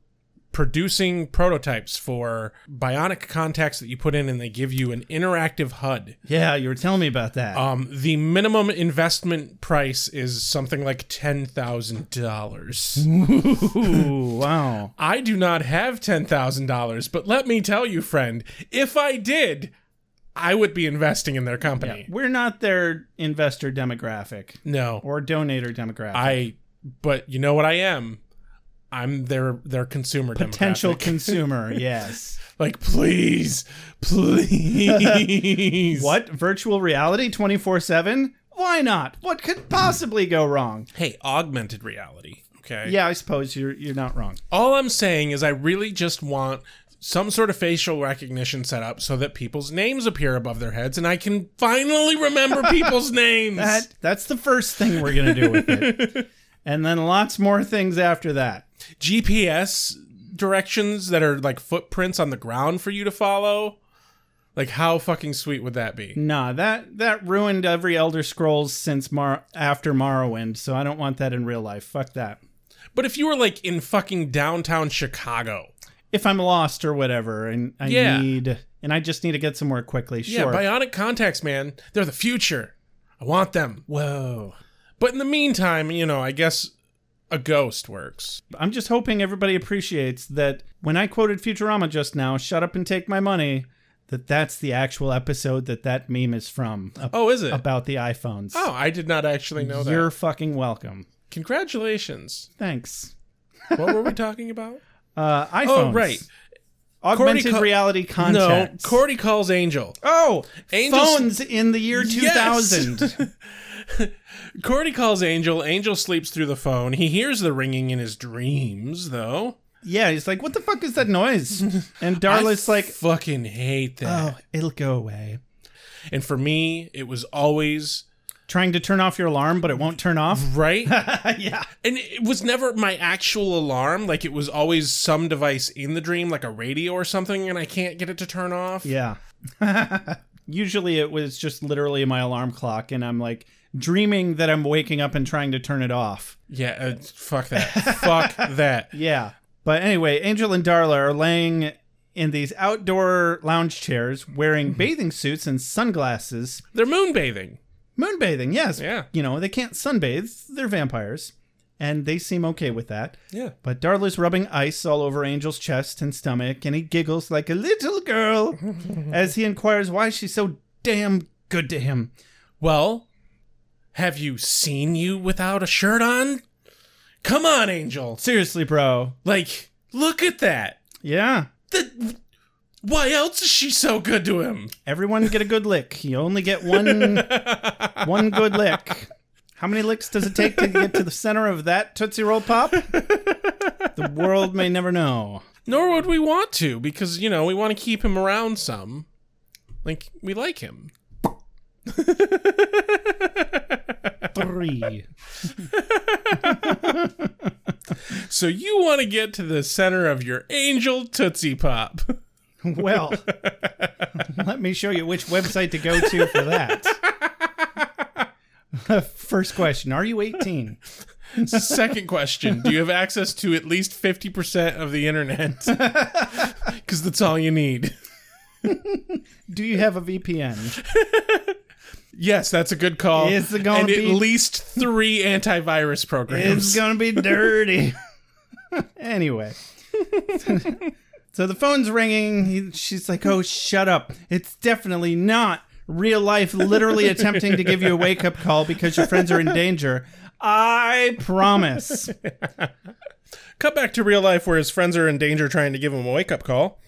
A: producing prototypes for bionic contacts that you put in, and they give you an interactive HUD.
H: Yeah, you were telling me about that.
A: Um, the minimum investment price is something like ten thousand dollars.
H: Ooh, wow.
A: I do not have ten thousand dollars, but let me tell you, friend, if I did, I would be investing in their company.
H: We're not their investor demographic
A: No,
H: or donator demographic.
A: I but you know what I am? I'm their their consumer
H: potential
A: demographic.
H: consumer. Yes.
A: like please, please.
H: what virtual reality 24/7? Why not? What could possibly go wrong?
A: Hey, augmented reality. Okay.
H: Yeah, I suppose you're you're not wrong.
A: All I'm saying is I really just want some sort of facial recognition set up so that people's names appear above their heads and I can finally remember people's names.
H: That that's the first thing we're going to do with it. And then lots more things after that.
A: GPS directions that are like footprints on the ground for you to follow. Like how fucking sweet would that be?
H: Nah, that that ruined every Elder Scrolls since Mar- after Morrowind, so I don't want that in real life. Fuck that.
A: But if you were like in fucking downtown Chicago,
H: If I'm lost or whatever and I
A: Yeah.
H: need and I just need to get somewhere quickly,
A: Yeah,
H: sure.
A: bionic contacts, man. They're the future. I want them. Whoa. But in the meantime, you know, I guess a ghost works.
H: I'm just hoping everybody appreciates that when I quoted Futurama just now, "Shut up and take my money," that that's the actual episode that that meme is from. ab-
A: Oh, is it?
H: about the iPhones?
A: oh, I did not actually know
H: you're
A: that.
H: fucking welcome.
A: Congratulations.
H: Thanks.
A: What were we talking about?
H: Uh, iPhones.
A: Oh, right.
H: Augmented
A: Cordy ca-
H: reality content.
A: No, Cordy calls Angel.
H: Oh,
A: Angels-
H: phones in the year 2000.
A: Cordy calls Angel. Angel sleeps through the phone. He hears the ringing in his dreams, though.
H: yeah, he's like, what the fuck is that noise? And Darla's
A: I
H: like,
A: fucking hate that.
H: oh, it'll go away. oh.
A: And for me, it was always
H: Trying to turn off your alarm, but it won't turn off.
A: right.
H: yeah.
A: and it was never my actual alarm. Like it was always some device in the dream, like a radio or something, and I can't get it to turn off.
H: Yeah. Usually it was just literally my alarm clock, and I'm like dreaming that I'm waking up and trying to turn it off.
A: Yeah, uh, fuck that. fuck that.
H: Yeah. But anyway, Angel and Darla are laying in these outdoor lounge chairs wearing bathing suits and sunglasses.
A: They're moonbathing.
H: Moonbathing, yes.
A: Yeah.
H: You know, they can't sunbathe, they're vampires. And they seem okay with that.
A: Yeah.
H: But Darla's rubbing ice all over Angel's chest and stomach, and he giggles like a little girl as he inquires why she's so damn good to him.
A: Well, have you seen you without a shirt on? Come on, Angel.
H: Seriously, bro.
A: Like, look at that.
H: Yeah.
A: The, why else is she so good to him?
H: Everyone get a good lick. You only get one one good lick. How many licks does it take to get to the center of that Tootsie Roll Pop? The world may never know.
A: Nor would we want to, because, you know, we want to keep him around some. Like, we like him.
H: Three.
A: So you want to get to the center of your angel Tootsie Pop.
H: Well, let me show you which website to go to for that. First question Are you 18?
A: Second question Do you have access to at least 50% of the internet? Because that's all you need.
H: Do you have a VPN?
A: Yes, that's a good call.
H: Is it gonna
A: and
H: be-
A: at least three antivirus
H: It's
A: programs.
H: going to be dirty. anyway. so the phone's ringing. He, she's like, oh, shut up. It's definitely not real life literally attempting to give you a wake up call because your friends are in danger. I promise.
A: Cut back to real life where his friends are in danger trying to give him a wake up call.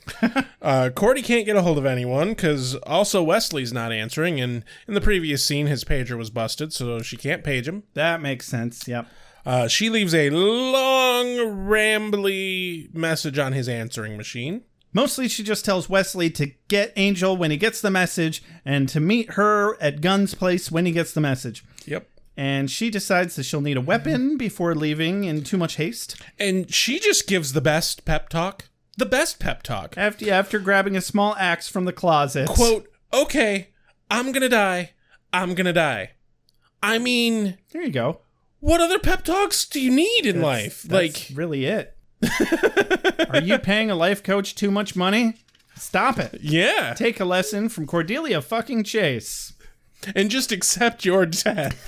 A: uh, Cordy can't get a hold of anyone because also Wesley's not answering. And in the previous scene, his pager was busted, so she can't page him.
H: That makes sense. Yep.
A: Uh, she leaves a long, rambly message on his answering machine.
H: Mostly, she just tells Wesley to get Angel when he gets the message and to meet her at Gun's place when he gets the message.
A: Yep.
H: And she decides that she'll need a weapon before leaving in too much haste.
A: And she just gives the best pep talk. The best pep talk.
H: After, after grabbing a small axe from the closet.
A: Quote, okay, I'm gonna die. I'm gonna die. I mean,
H: There you go.
A: what other pep talks do you need in life?
H: That's
A: like,
H: really it. Are you paying a life coach too much money? Stop it.
A: yeah.
H: Take a lesson from Cordelia fucking Chase.
A: And just accept your death.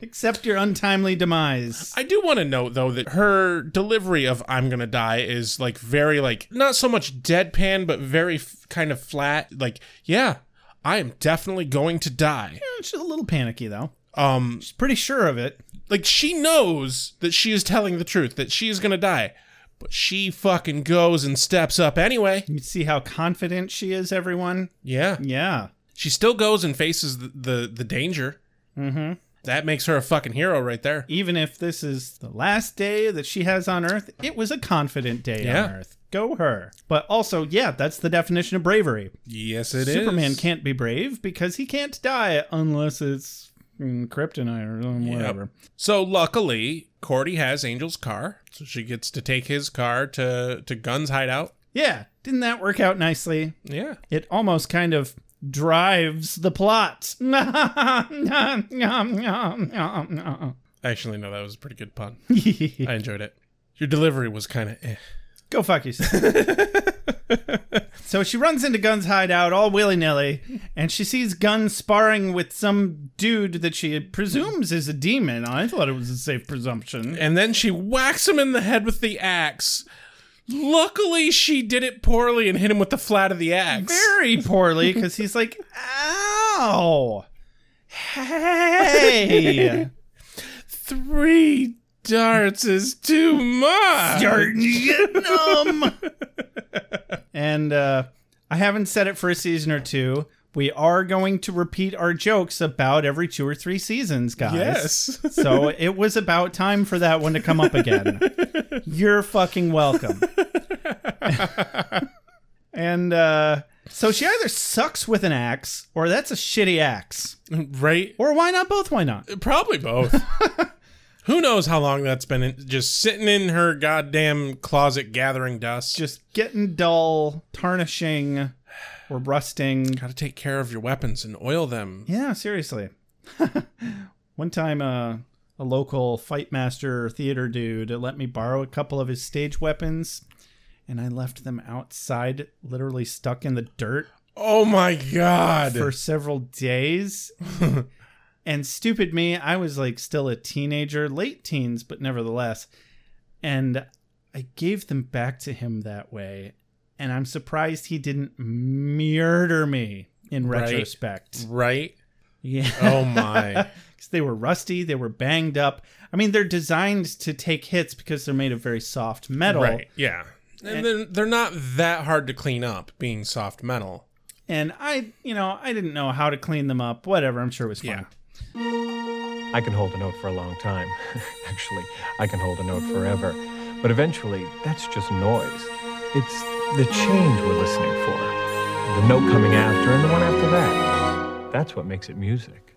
H: Accept your untimely demise.
A: I do want to note, though, that her delivery of I'm gonna die is like very, like, not so much deadpan, but very f- kind of flat. Like, yeah, I am definitely going to die.
H: She's a little panicky though.
A: Um,
H: She's pretty sure of it.
A: like, she knows that she is telling the truth, that she is gonna die. But she fucking goes and steps up anyway.
H: You see how confident she is, everyone?
A: Yeah.
H: Yeah.
A: She still goes and faces the the, the danger. Mm-hmm. That makes her a fucking hero right there.
H: Even if this is the last day that she has on Earth, it was a confident day
A: Yeah.
H: on Earth. Go her. But also, yeah, that's the definition of bravery.
A: Yes, it is.
H: Superman can't be brave because he can't die unless it's mm, kryptonite or um, whatever.
A: So luckily, Cordy has Angel's car, so she gets to take his car to to Gun's hideout.
H: Yeah, didn't that work out nicely?
A: Yeah.
H: It almost kind of drives the plot.
A: Actually, no, that was a pretty good pun. I enjoyed it. Your delivery was kind of eh.
H: Go fuck yourself. So she runs into Gun's hideout all willy nilly, and she sees Gun sparring with some dude that she presumes is a demon. I thought it was a safe presumption.
A: and then she whacks him in the head with the axe. Luckily, she did it poorly and hit him with the flat of the axe.
H: very poorly because he's like, ow, hey,
A: Three darts is too much.
H: you're numb. and uh, I haven't said it for a season or two. We are going to repeat our jokes about every two or three seasons, guys.
A: Yes.
H: so it was about time for that one to come up again. You're fucking welcome. and uh, so she either sucks with an axe or that's a shitty axe.
A: Right?
H: Or why not both? Why not?
A: Probably both. Who knows how long that's been in, just sitting in her goddamn closet gathering dust. Just
H: Just getting dull, tarnishing, or rusting.
A: gotta take care of your weapons and oil them.
H: Yeah, seriously. One time, uh, a local fight master theater dude let me borrow a couple of his stage weapons, and I left them outside, literally stuck in the dirt
A: Oh my god.
H: for several days. and stupid me, I was like still a teenager, late teens, but nevertheless. And I gave them back to him that way. And I'm surprised he didn't murder me in
A: Right.
H: retrospect.
A: right?
H: Yeah.
A: Oh my.
H: Because they were rusty, they were banged up. I mean, they're designed to take hits because they're made of very soft metal.
A: Right. Yeah. And then they're not that hard to clean up being soft metal.
H: And I, you know, I didn't know how to clean them up. Whatever, I'm sure it was fun.
A: Yeah.
I: I can hold a note for a long time. Actually, I can hold a note forever. But eventually, that's just noise. It's the change we're listening for. The note coming after and the one after that. That's what makes it music.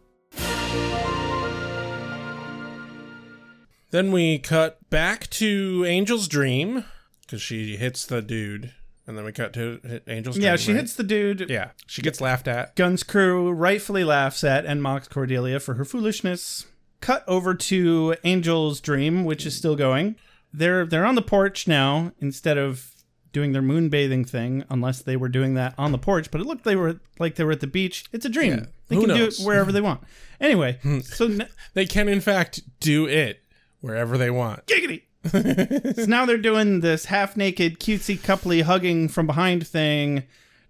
A: Then we cut back to Angel's dream because she hits the dude, and then we cut to hit Angel's dream.
H: Yeah, she
A: right?
H: hits the dude.
A: Yeah, she gets laughed at.
H: Gun's crew rightfully laughs at and mocks Cordelia for her foolishness. Cut over to Angel's dream, which is still going. They're they're on the porch now instead of doing their moon bathing thing, unless they were doing that on the porch. But it looked they were like they were at the beach. It's a dream. They
A: Who
H: can
A: knows?
H: do it wherever they want. Anyway, so n-
A: They can, in fact, do it wherever they want.
H: giggity. so now they're doing this half naked, cutesy, coupley hugging from behind thing.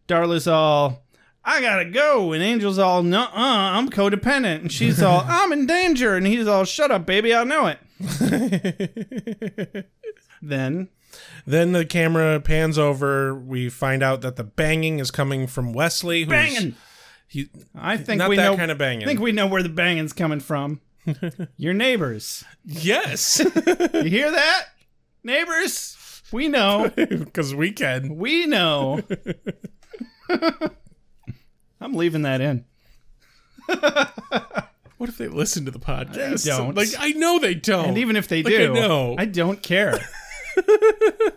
H: Darla's all, I gotta go. And Angel's all, nuh uh, I'm codependent. And she's all, I'm in danger. And he's all, shut up, baby, I know it. then,
A: Then the camera pans over. We find out that the banging is coming from Wesley. Who's,
H: banging.
A: He,
H: I think
A: Not
H: we
A: that
H: know,
A: kind of banging.
H: I think we know where the banging's coming from. Your neighbors.
A: yes,
H: You hear that? Neighbors, we know.
A: because we can.
H: We know. I'm leaving that in.
A: What if they listen to the podcast?
H: They don't.
A: Like I know they don't.
H: And even if they
A: Like, I
H: do,
A: know.
H: I don't care.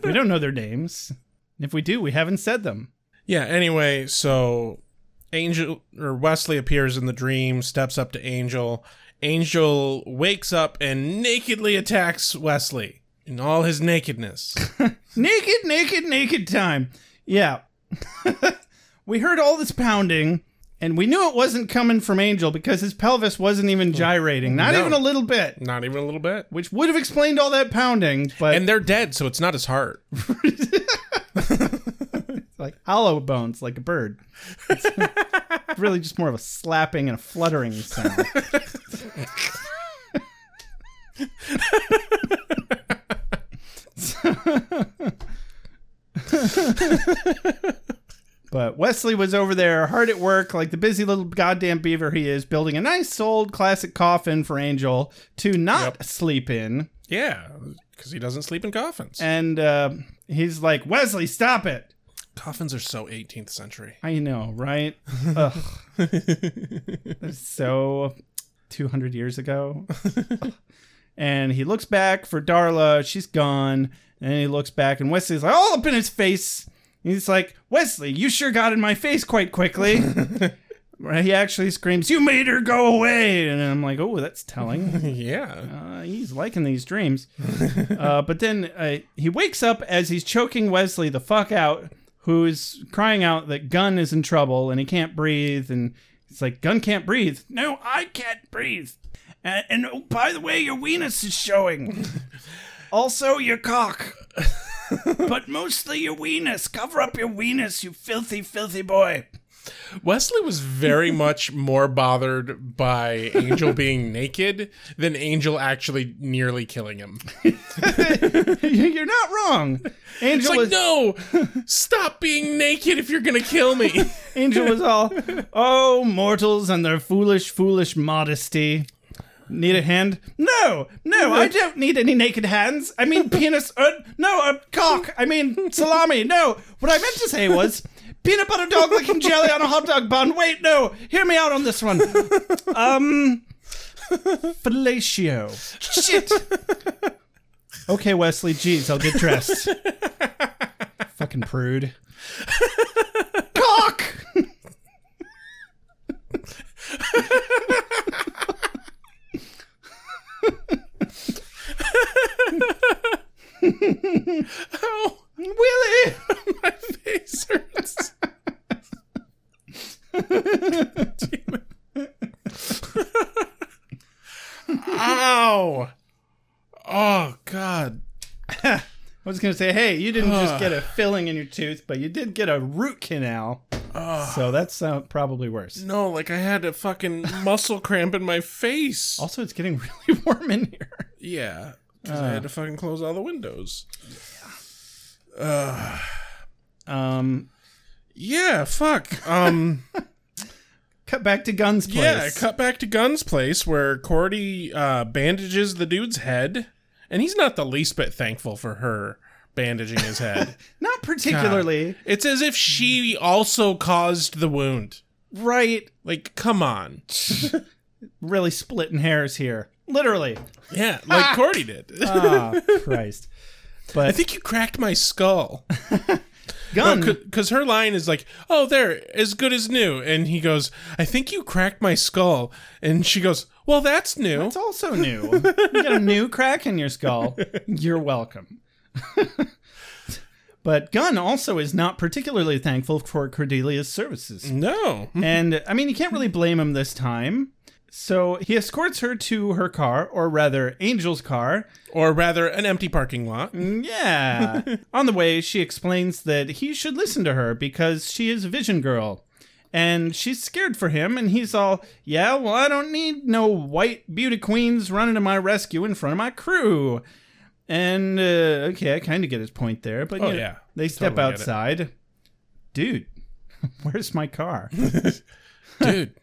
H: we don't know their names. And If we do, we haven't said them.
A: Yeah, anyway, so Angel or Wesley appears in the dream, steps up to Angel. Angel wakes up and nakedly attacks Wesley in all his nakedness.
H: Naked, naked, naked time. Yeah. we heard all this pounding, and we knew it wasn't coming from Angel because his pelvis wasn't even gyrating, not
A: Oh. No.
H: even a little bit,
A: Not even a little bit.
H: which would have explained all that pounding. But
A: And they're dead, so it's not his heart.
H: like hollow bones, like a bird. It's really just more of a slapping and a fluttering sound. but Wesley was over there hard at work, like the busy little goddamn beaver he is, building a nice old classic coffin for Angel to not
A: Yep.
H: sleep in.
A: Yeah, because he doesn't sleep in coffins.
H: And uh, he's like, Wesley, stop it.
A: coffins are so 18th century.
H: I know, right? Ugh. That's so 200 years ago. and he looks back for Darla. She's gone. And he looks back, and Wesley's like, all up in his face. And he's like, Wesley, you sure got in my face quite quickly. Right, he actually screams, You made her go away. And I'm like, Oh, that's telling
A: yeah.
H: uh, he's liking these dreams. uh, but then uh, he wakes up as he's choking Wesley the fuck out, who's crying out that Gun is in trouble and he can't breathe. And it's like, Gun can't breathe. No, I can't breathe. And, and oh, by the way, your weenus is showing. also, your cock. but mostly your weenus. Cover up your weenus, you filthy, filthy boy.
A: Wesley was very much more bothered by Angel being naked than Angel actually nearly killing him.
H: You're not wrong.
A: It's
H: Angel
A: like,
H: was
A: no, stop being naked if you're gonna kill me.
H: Angel was all, "Oh, mortals and their foolish, foolish modesty." Need a hand? No, no, I don't need any naked hands. I mean, penis. Uh, no, a cock. I mean, salami. No, what I meant to say was peanut butter dog licking jelly on a hot dog bun. Wait, no, hear me out on this one. Um, fellatio. Shit. Okay, Wesley. Jeez, I'll get dressed. Fucking prude. Cock. Willie.
A: My face hurts. Damn it. Ow! Oh God!
H: I was gonna say, hey, you didn't just get a filling in your tooth, but you did get a root canal.
A: Ah.
H: so that's uh, probably worse.
A: No, like I had a fucking muscle cramp in my face.
H: Also, it's getting really warm in here.
A: Yeah, 'cause
H: Uh.
A: I had to fucking close all the windows.
H: Um,
A: Yeah, fuck. Um.
H: cut back to Guns Place.
A: Yeah, cut back to Gun's place where Cordy uh, bandages the dude's head, and he's not the least bit thankful for her bandaging his head.
H: Not particularly
A: it's as if she also caused the wound.
H: right.
A: Like, come on.
H: Really splitting hairs here, literally.
A: Yeah, like Cordy did.
H: Ah, Christ. But
A: I think you cracked my skull.
H: Gun.
A: Because her line is like, oh, there, as good as new. And he goes, I think you cracked my skull. And she goes, well, that's new.
H: It's also new. you got a new crack in your skull. You're welcome. but Gunn also is not particularly thankful for Cordelia's services.
A: no.
H: And I mean, you can't really blame him this time. So he escorts her to her car, or rather, Angel's car.
A: Or rather, an empty parking lot.
H: Yeah. On the way, she explains that he should listen to her because she is a vision girl. And she's scared for him, and he's all, yeah, well, I don't need no white beauty queens running to my rescue in front of my crew. And, uh, okay, I kind of get his point there, but
A: Oh,
H: you know,
A: yeah.
H: they step
A: Totally get it.
H: outside. Dude, where's my car?
A: Dude,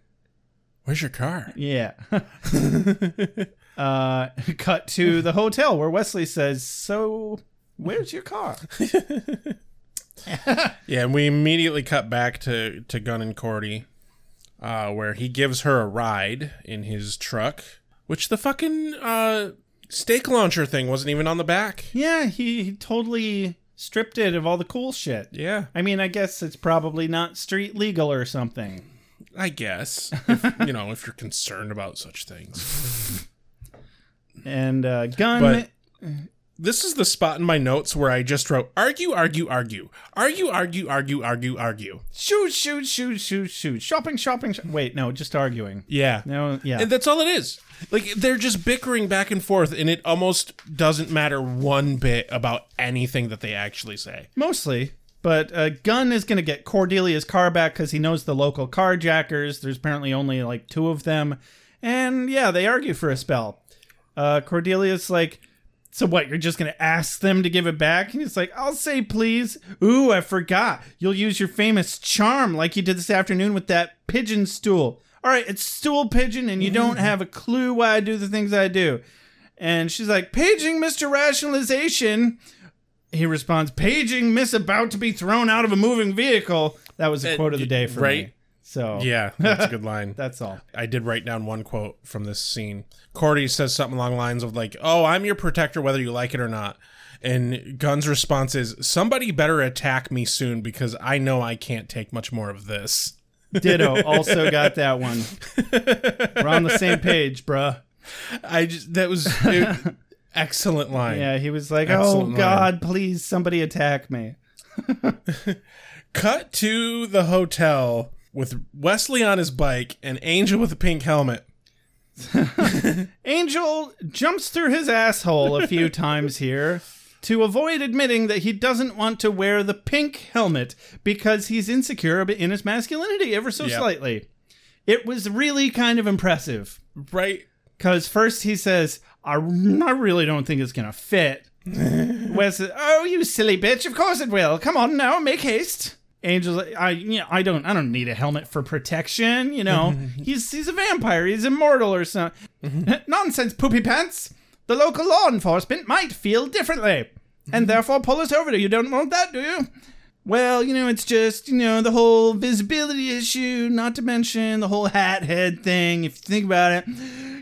A: where's your car?
H: Yeah. uh, cut to the hotel where Wesley says, "So, where's your car?"
A: Yeah, and we immediately cut back to, to Gunn and Cordy, uh, where he gives her a ride in his truck, which the fucking uh, steak launcher thing wasn't even on the back.
H: yeah, he, he totally stripped it of all the cool shit.
A: Yeah,
H: I mean, I guess it's probably not street legal or something.
A: I guess. If, you know, if you're concerned about such things.
H: And uh, gun.
A: But- This is the spot in my notes where I just wrote argue, argue, argue. Argue, argue, argue, argue, argue.
H: shoot, shoot, shoot, shoot, shoot. Shopping, shopping, sh- Wait, no, just arguing.
A: Yeah.
H: No, yeah.
A: And that's all it is. Like they're just bickering back and forth, and it almost doesn't matter one bit about anything that they actually say.
H: Mostly. But uh, Gunn is going to get Cordelia's car back because he knows the local carjackers. There's apparently only like two of them. And yeah, they argue for a spell. Uh, Cordelia's like, So what? You're just going to ask them to give it back? And he's like, I'll say please. Ooh, I forgot. You'll use your famous charm like you did this afternoon with that pigeon stool. All right, it's stool pigeon, and you don't have a clue why I do the things I do. And she's like, Paging Mr. Rationalization. He responds, "Paging Miss about to be thrown out of a moving vehicle." That was a
A: Uh,
H: quote of the day for
A: right?
H: me. So
A: Yeah, that's a good line.
H: that's all.
A: I did write down one quote from this scene. Cordy says something along the lines of like, "Oh, I'm your protector, whether you like it or not." And Gunn's response is, "Somebody better attack me soon because I know I can't take much more of this."
H: Ditto also got that one. We're on the same page, bruh.
A: I just that was it- excellent line.
H: Yeah, he was like,
A: Excellent
H: "Oh
A: line.
H: God, please, somebody attack me."
A: Cut to the hotel with Wesley on his bike and Angel with a pink helmet.
H: Angel jumps through his asshole a few times here to avoid admitting that he doesn't want to wear the pink helmet because he's insecure in his masculinity ever so
A: Yep.
H: slightly. It was really kind of impressive.
A: Right?
H: Because first he says, I, I really don't think it's going to fit. Wes says, Oh, you silly bitch. Of course it will. Come on now. Make haste. Angel's like, I, you know, I don't, I don't need a helmet for protection. You know, he's, he's a vampire. He's immortal or something. Nonsense, poopy pants. The local law enforcement might feel differently and therefore pull us over. You don't want that, do you? Well, you know, it's just, you know, the whole visibility issue, not to mention the whole hat head thing, if you think about it.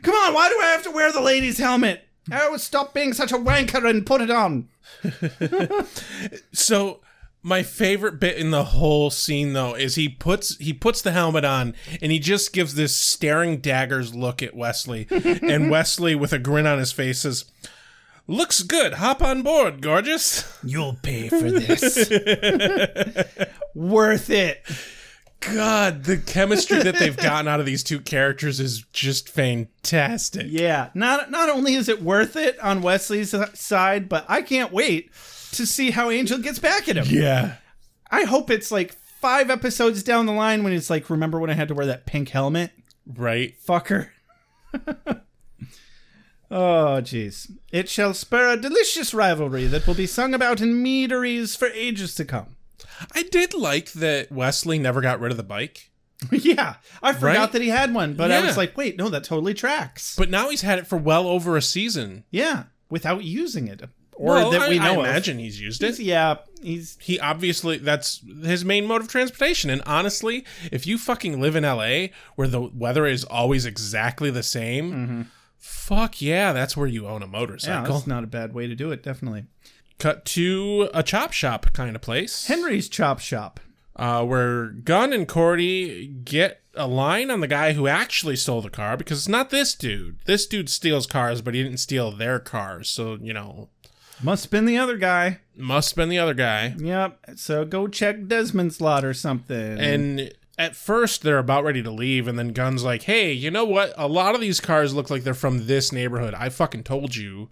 H: Come on, why do I have to wear the lady's helmet? Oh, stop being such a wanker and put it on.
A: So my favorite bit in the whole scene though is he puts he puts the helmet on and he just gives this staring daggers look at Wesley and Wesley with a grin on his face says Looks good. Hop on board, gorgeous.
H: You'll pay for this. Worth it.
A: God, the chemistry that they've gotten out of these two characters is just fantastic.
H: Yeah, not not only is it worth it on Wesley's side, but I can't wait to see how Angel gets back at him.
A: Yeah.
H: I hope it's like five episodes down the line when it's like, remember when I had to wear that pink helmet?
A: Right.
H: fucker. oh, jeez. It shall spur a delicious rivalry that will be sung about in meaderies for ages to come.
A: I did like that Wesley never got rid of the bike,
H: yeah, I forgot
A: Right?
H: that he had one, but I was
A: Yeah.
H: like, wait, no, that totally tracks.
A: but now he's had it for well over a season.
H: yeah, without using it. Or
A: Well,
H: that we
A: I,
H: know
A: I
H: of.
A: imagine he's used it.
H: He's- yeah, he's
A: he obviously that's his main mode of transportation and honestly if you fucking live in la where the weather is always exactly the same fuck yeah that's where you own a
H: yeah,
A: motorcycle
H: that's not a bad way to do it, definitely.
A: cut to a chop shop kind of place
H: Henry's Chop Shop.
A: uh, where gunn and cordy get a line on the guy who actually stole the car because it's not this dude this dude steals cars but he didn't steal their cars so you know
H: Must have been the other guy.
A: must have been the other guy
H: Yep. So go check Desmond's lot or something.
A: And at first, they're about ready to leave, and then Gunn's like, "Hey, you know what? A lot of these cars look like they're from this neighborhood. I fucking told you,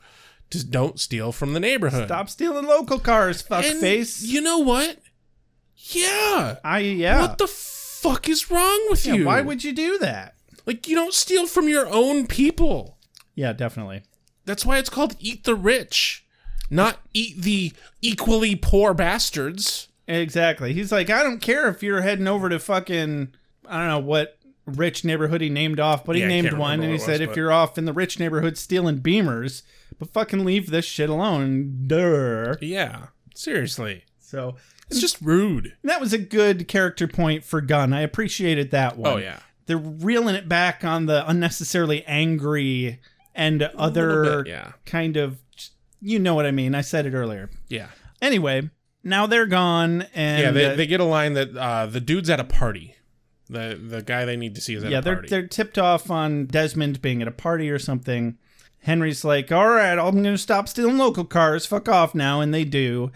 A: just don't steal from the neighborhood."
H: stop stealing local cars,
A: And
H: fuckface.
A: You know what? Yeah.
H: I yeah.
A: What the fuck is wrong with
H: Ah. Yeah,
A: you?
H: why would you do that?
A: like you don't steal from your own people?
H: Yeah, definitely.
A: That's why it's called eat the rich, not eat the equally poor bastards.
H: Exactly. He's like, I don't care if you're heading over to fucking I don't know what rich neighborhood he named off, but he
A: Yeah, I can't
H: named one
A: remember
H: and he
A: what it
H: said
A: was,
H: if
A: but-
H: you're off in the rich neighborhood stealing beamers, but fucking leave this shit alone. Duh.
A: Yeah. Seriously.
H: So
A: It's just rude.
H: that was a good character point for Gunn. I appreciated that one.
A: Oh yeah.
H: They're reeling it back on the unnecessarily angry and other
A: bit, yeah.
H: kind of you know what I mean. I said it earlier.
A: Yeah.
H: Anyway, now they're gone and
A: Yeah, they,
H: uh,
A: they get a line that uh, the dude's at a party. The the guy they need to see is at
H: yeah,
A: a
H: they're
A: party.
H: they're tipped off on Desmond being at a party or something. Henry's like, "All right, I'm going to stop stealing local cars. Fuck off now." And they do.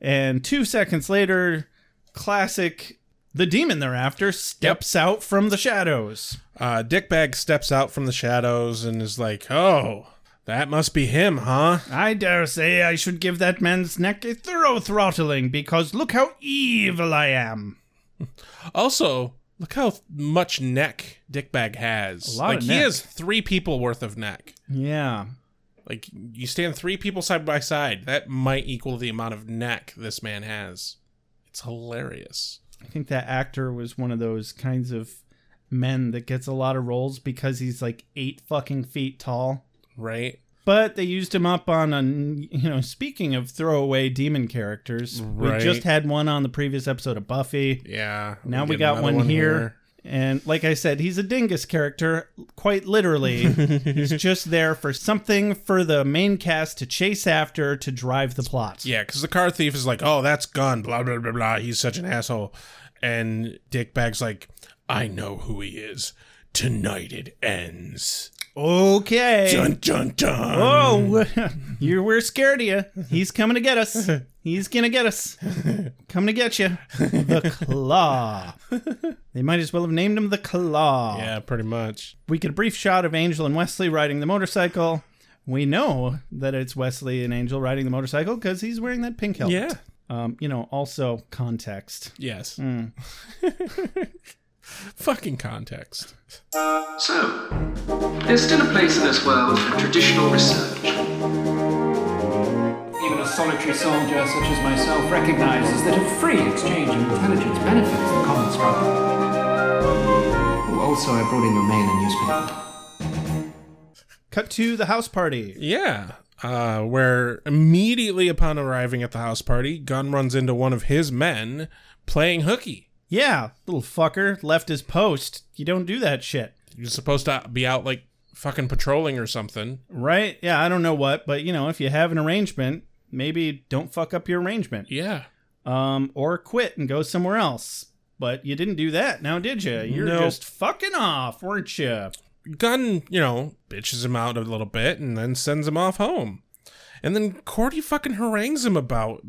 H: And 2 seconds later, classic the demon they're after steps out from the shadows.
A: uh, Dickbag steps out from the shadows and is like, "Oh, that must be him, huh?"
H: I dare say I should give that man's neck a thorough throttling because look how evil I am.
A: Also, look how much neck Dickbag has.
H: A lot
A: like
H: of
A: he
H: neck.
A: has three people worth of neck.
H: Yeah.
A: Like you stand three people side by side, that might equal the amount of neck this man has. It's hilarious.
H: I think that actor was one of those kinds of men that gets a lot of roles because he's like 8 fucking feet tall.
A: Right?
H: But they used him up on a you know. Speaking of throwaway demon characters, we
A: Right.
H: just had one on the previous episode of Buffy.
A: Yeah.
H: Now we
A: get
H: got
A: another
H: one, here. and like I said, he's a dingus character, quite literally. he's just there for something for the main cast to chase after to drive the plot.
A: Yeah, because the car thief is like, oh, that's gone, blah, blah, blah, blah. He's such an asshole. And Dickbag's like, I know who he is. Tonight it ends.
H: Okay.
A: Dun, dun, dun. Um,
H: Oh, you we're scared of you. He's coming to get us. He's gonna get us. Coming to get you. The Claw. They might as well have named him the Claw.
A: Yeah, pretty much.
H: We get a brief shot of Angel and Wesley riding the motorcycle. We know that it's Wesley and Angel riding the motorcycle because he's wearing that pink helmet.
A: Yeah.
H: Um, you know, also context.
A: Yes.
H: Hmm.
A: Fucking context.
D: So, there's still a place in this world for traditional research. Even a solitary soldier such as myself recognizes that a free exchange of intelligence benefits the common struggle. Oh, Also, I brought in your mail and newspaper.
H: Cut to the house party.
A: Yeah. Uh, where immediately upon arriving at the house party, Gunn runs into one of his men playing hooky.
H: Yeah, little fucker left his post. You don't do that shit.
A: You're supposed to be out like fucking patrolling or something.
H: Right? Yeah, I don't know what, but you know, if you have an arrangement, maybe don't fuck up your arrangement.
A: Yeah.
H: Um, or quit and go somewhere else. But you didn't do that, now did you? You're
A: Nope.
H: just fucking off, weren't you?
A: Gunn, you know, bitches him out a little bit and then sends him off home. And then Cordy fucking harangues him about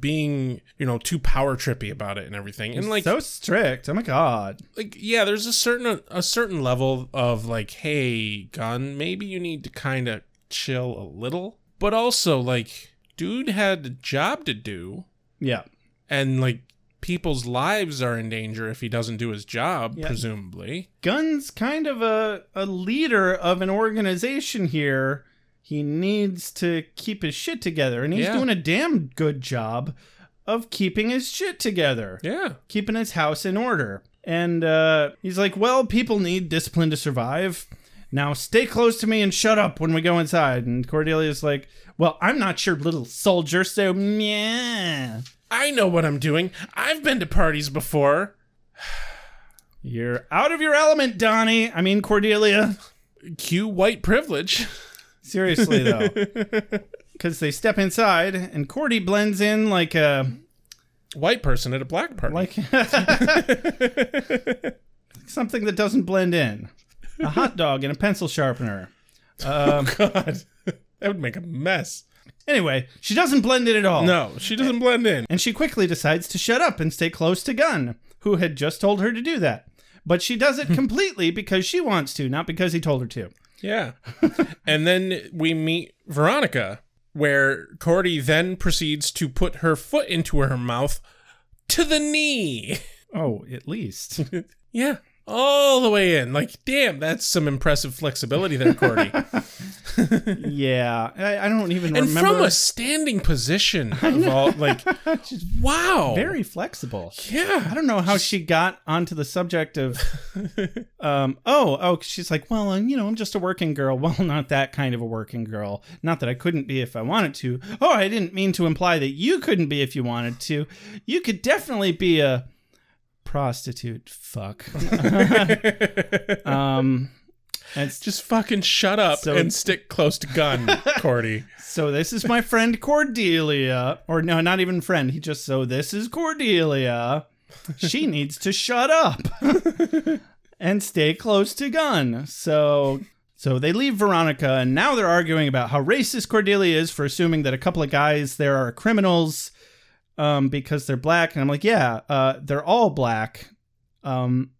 A: being, you know, too power trippy about it and everything. And like,
H: so strict. Oh my god.
A: like, yeah, there's a certain a certain level of like, hey, Gunn, maybe you need to kind of chill a little. But also, like, dude had a job to do,
H: Yeah.
A: and like, people's lives are in danger if he doesn't do his job,
H: Yeah.
A: presumably.
H: Gunn's kind of a, a leader of an organization here. He needs to keep his shit together, and he's
A: Yeah.
H: doing a damn good job of keeping his shit together.
A: Yeah,
H: keeping his house in order. And uh, he's like, Well, people need discipline to survive. Now stay close to me and shut up when we go inside. And Cordelia's like, Well, I'm not your little soldier, so yeah.
A: I know what I'm doing. I've been to parties before.
H: You're out of your element, Donnie. I mean, Cordelia.
A: Q white privilege.
H: Seriously, though. Because they step inside, and Cordy blends in like uh, a.
A: White person at a black party.
H: like something that doesn't blend in a hot dog and a pencil sharpener.
A: God, that would make a mess.
H: Anyway, she doesn't blend in at all.
A: No, she doesn't blend in.
H: And she quickly decides to shut up and stay close to Gunn, who had just told her to do that. But she does it completely because she wants to, not because he told her to.
A: Yeah. and then we meet Veronica, where Cordy then proceeds to put her foot into her mouth to the knee.
H: Oh, at least.
A: Yeah. All the way in. Like, damn, that's some impressive flexibility there, Cordy.
H: yeah. I, I don't even
A: and
H: remember.
A: from a standing position of all like wow.
H: very flexible.
A: yeah.
H: I don't know how she got onto the subject of, um, oh, oh, she's like, well, uh, you know, I'm just a working girl. Well, not that kind of a working girl. Not that I couldn't be if I wanted to. Oh, I didn't mean to imply that you couldn't be if you wanted to. You could definitely be a prostitute. Fuck. um, it's just
A: Just fucking shut up
H: So-
A: and stick close to gun, Cordy.
H: so. This is my friend Cordelia, or no, not even friend. He just so this is Cordelia. she needs to shut up and stay close to Gun. So so they leave Veronica and now they're arguing about how racist Cordelia is for assuming that a couple of guys there are criminals um because they're black and I'm like, yeah, uh they're all black. Um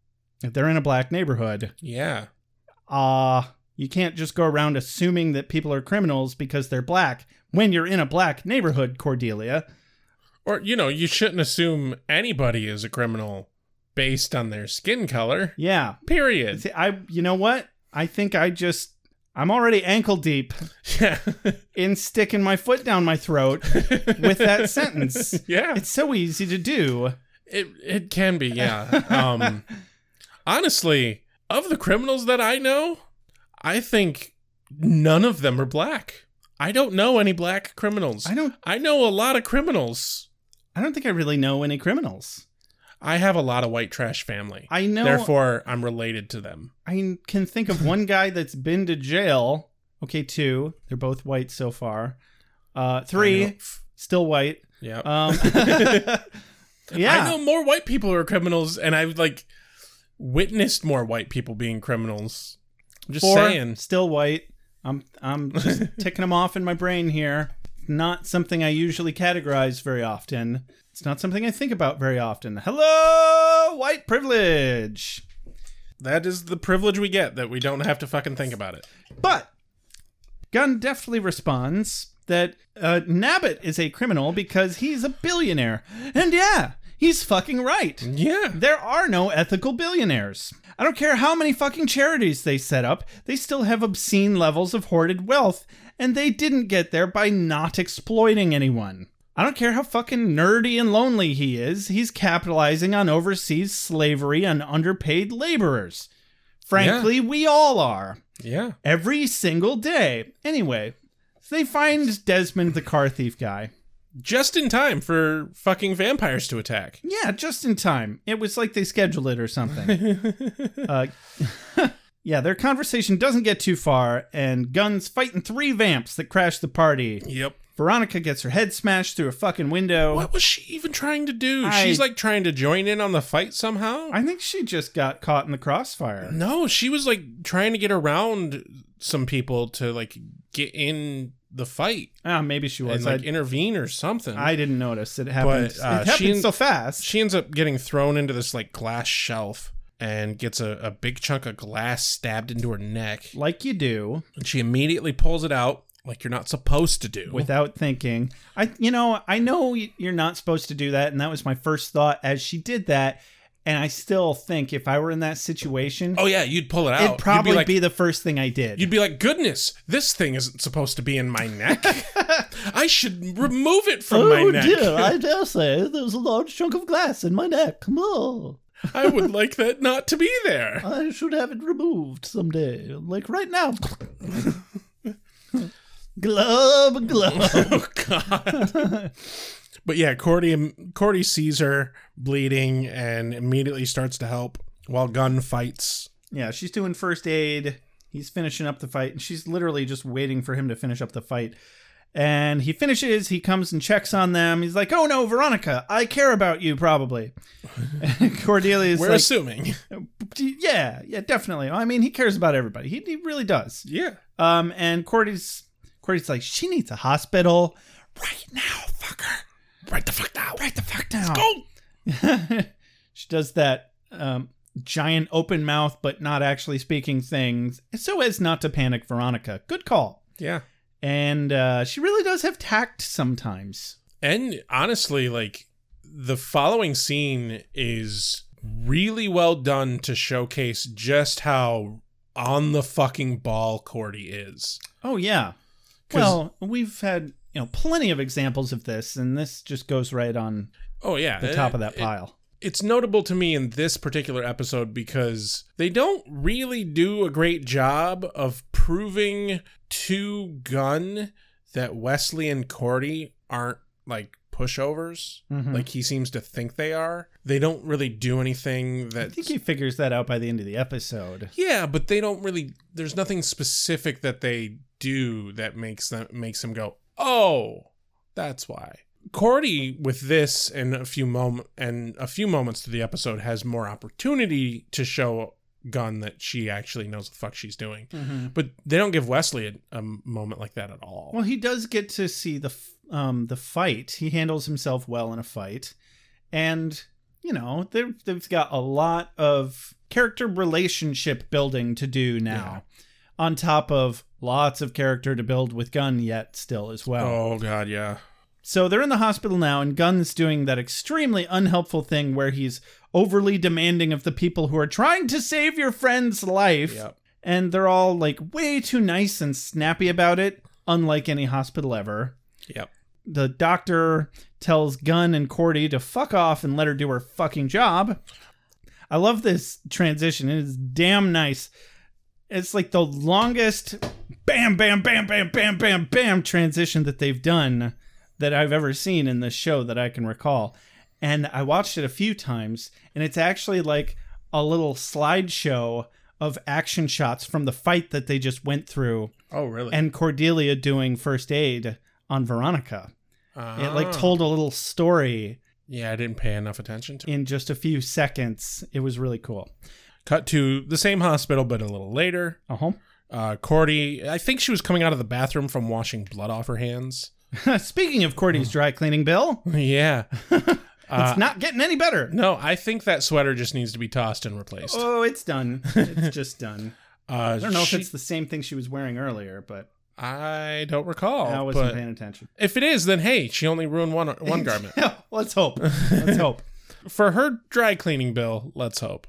H: they're in a black neighborhood.
A: Yeah.
H: Ah, you can't just go around assuming that people are criminals because they're black when you're in a black neighborhood, Cordelia.
A: Or, you know, you shouldn't assume anybody is a criminal based on their skin color.
H: Yeah,
A: Period.
H: See, I you know what? I think I just I'm already ankle deep
A: Yeah.
H: in sticking my foot down my throat with that sentence.
A: yeah.
H: It's so easy to do.
A: It it can be, yeah. Um honestly, of the criminals that I know, I think none of them are black. I don't know any black criminals.
H: I don't-
A: I know a lot of criminals.
H: I don't think I really know any criminals.
A: I have a lot of white trash family.
H: I know-
A: Therefore, I'm related to them.
H: I can think of one guy that's been to jail. Okay, two. They're both white so far. Uh,
A: I know.
H: three, still white.
A: Yeah.
H: Um, yeah.
A: I know more white people who are criminals, and I've like witnessed more white people being criminals. I'm just
H: Four,
A: saying.
H: still white. I'm I'm just ticking them off in my brain here. not something I usually categorize very often. It's not something I think about very often. Hello, white privilege.
A: That is the privilege we get that we don't have to fucking think about it.
H: But Gunn deftly responds that uh, Nabbit is a criminal because he's a billionaire. And yeah, he's fucking right.
A: Yeah.
H: There are no ethical billionaires. I don't care how many fucking charities they set up, they still have obscene levels of hoarded wealth, and they didn't get there by not exploiting anyone. I don't care how fucking nerdy and lonely he is, he's capitalizing on overseas slavery and underpaid laborers. Frankly, we all are.
A: Yeah.
H: Every single day. Anyway, so they find Desmond the car thief guy.
A: Just in time for fucking vampires to attack.
H: Yeah, just in time. It was like they scheduled it or something. uh, yeah, their conversation doesn't get too far, and Guns fighting three vamps that crash the party.
A: Yep.
H: Veronica gets her head smashed through a fucking window.
A: What was she even trying to do?
H: I-
A: She's like trying to join in on the fight somehow.
H: I think she just got caught in the crossfire.
A: no, she was like trying to get around some people to like get in the fight
H: Ah, maybe she
A: and
H: was.
A: like
H: I,
A: intervene or something.
H: I didn't notice. It happened.
A: But, uh,
H: it happened
A: she-
H: so fast.
A: she ends up getting thrown into this like glass shelf and gets a, a big chunk of glass stabbed into her neck.
H: like you do.
A: And she immediately pulls it out like you're not supposed to do.
H: without thinking. I, you know, I know y- you're not supposed to do that, and that was my first thought as she did that. And I still think if I were in that situation,
A: oh yeah, you'd pull it out.
H: it'd probably
A: you'd
H: be,
A: like,
H: the first thing I did.
A: You'd be like, goodness, this thing isn't supposed to be in my neck. I should remove it from my neck.
H: Oh, dare say there's a large chunk of glass in my neck. Oh,
A: I would like that not to be there.
H: I should have it removed someday, like right now. glove, glove.
A: Oh God. but yeah, Cordy um, Cordy sees her bleeding and immediately starts to help while Gun fights.
H: yeah, she's doing first aid. He's finishing up the fight, and she's literally just waiting for him to finish up the fight. And he finishes, he comes and checks on them. He's like, Oh no, Veronica, I care about you, probably. And Cordelia's
A: We're
H: like,
A: assuming.
H: Yeah, yeah, definitely. I mean, he cares about everybody. He, he really does.
A: Yeah.
H: Um, and Cordy's Cordy's like, She needs a hospital right now, fucker.
A: Right the fuck now.
H: Right the fuck now.
A: Go.
H: she does that um, giant open mouth but not actually speaking things so as not to panic veronica good call
A: Yeah.
H: and uh, she really does have tact sometimes
A: And honestly, like the following scene is really well done to showcase just how on the fucking ball Cordy is.
H: oh yeah
A: 'Cause-
H: well we've had you know plenty of examples of this and this just goes right on
A: Oh yeah,
H: the top of that
A: It-
H: pile
A: it's notable to me in this particular episode because they don't really do a great job of proving to Gunn that Wesley and Cordy aren't like pushovers,
H: Mm-hmm.
A: like he seems to think they are. They don't really do anything
H: i
A: that
H: think he figures that out by the end of the episode
A: Yeah, but they don't really. There's nothing specific that they do that makes them makes him go, "Oh, that's why." Cordy with this and a few moment and a few moments to the episode has more opportunity to show Gun that she actually knows the fuck she's doing, but they don't give Wesley a, a moment like that at all.
H: Mm-hmm. Well, he does get to see the f- um the fight. He handles himself well in a fight, and you know they they've got a lot of character relationship building to do now, on top of lots of character to build with Gun yet still as well.
A: Oh God, yeah,
H: So they're in the hospital now, and Gunn's doing that extremely unhelpful thing where he's overly demanding of the people who are trying to save your friend's life.
A: Yep.
H: And they're all like way too nice and snappy about it, unlike any hospital ever.
A: yep,
H: The doctor tells Gunn and Cordy to fuck off and let her do her fucking job. I love this transition. It is damn nice. It's like the longest bam, bam, bam, bam, bam, bam, bam transition that they've done that I've ever seen in this show that I can recall. And I watched it a few times, and it's actually like a little slideshow of action shots from the fight that they just went through
A: oh really,
H: and Cordelia doing first aid on Veronica. It like
A: Ah.
H: told a little story
A: yeah, I didn't pay enough attention to. it.
H: in just a few seconds. It was really cool.
A: Cut to the same hospital, but a little later.
H: Uh huh.
A: Uh, Cordy, I think she was coming out of the bathroom from washing blood off her hands.
H: Speaking of Cordy's
A: Mm.
H: dry cleaning bill, it's
A: Yeah. Uh,
H: not getting any better.
A: No, I think that sweater just needs to be tossed and replaced.
H: Oh, it's done. It's just done.
A: Uh,
H: I don't know if it's the same thing she was wearing earlier, but
A: I don't recall.
H: I wasn't
A: Oh, but
H: paying attention.
A: if it is, then hey, she only ruined one one garment.
H: Let's hope. Let's hope.
A: for her dry cleaning bill, let's hope.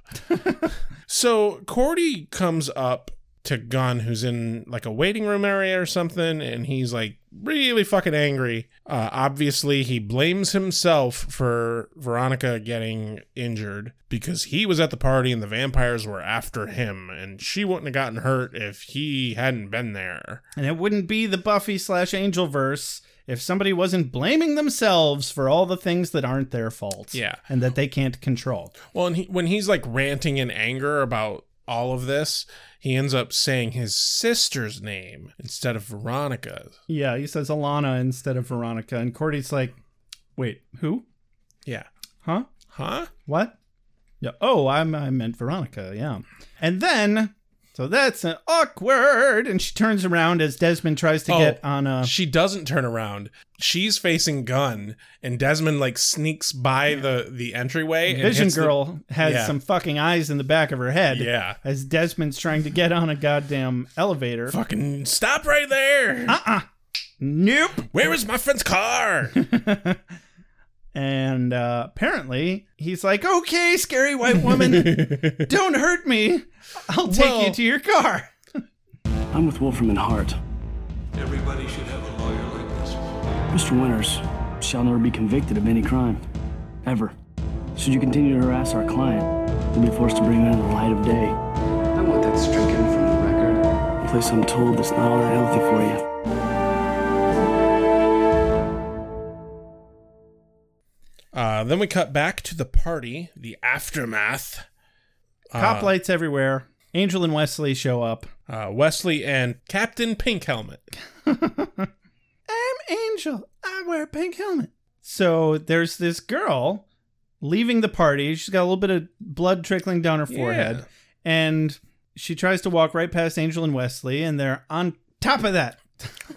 A: so Cordy comes up to Gunn, who's in like a waiting room area or something, and he's like really fucking angry. Uh, obviously, he blames himself for Veronica getting injured because he was at the party and the vampires were after him, and she wouldn't have gotten hurt if he hadn't been there.
H: And it wouldn't be the Buffy slash Angel verse if somebody wasn't blaming themselves for all the things that aren't their fault.
A: Yeah.
H: And that they can't control.
A: Well, and he, when he's like ranting in anger about all of this, he ends up saying his sister's name instead of Veronica's.
H: Yeah, he says Alana instead of Veronica. And Cordy's like, wait, who?
A: Yeah.
H: Huh?
A: Huh?
H: What? Yeah. Oh, I'm, I meant Veronica. Yeah. And then, so that's an awkward. And she turns around as Desmond tries to
A: Oh.
H: get on a.
A: She doesn't turn around. She's facing Gun, and Desmond like sneaks by the the entryway. and
H: Vision
A: hits the-
H: Girl has
A: Yeah.
H: some fucking eyes in the back of her head.
A: Yeah.
H: As Desmond's trying to get on a goddamn elevator.
A: fucking stop right there.
H: Ah. Nope.
A: Where is my friend's car?
H: And uh, apparently, he's like, okay, scary white woman, don't hurt me. I'll take you
A: Well-
H: to your car.
F: I'm with Wolfram and Hart.
J: Everybody should have a lawyer like this.
F: Mr. Winters shall never be convicted of any crime. Ever. Should you continue to harass our client, we'll be forced to bring him into the light of day.
G: I want that stricken from the record.
F: A place I'm told that's not all that healthy for you.
A: uh, then we cut back to the party, the aftermath.
H: Cop lights everywhere. Angel and Wesley show up.
A: Uh, Wesley and Captain Pink Helmet.
H: I'm Angel. I wear a pink helmet. So there's this girl leaving the party. She's got a little bit of blood trickling down her forehead.
A: Yeah.
H: And she tries to walk right past Angel and Wesley, and they're on top of that.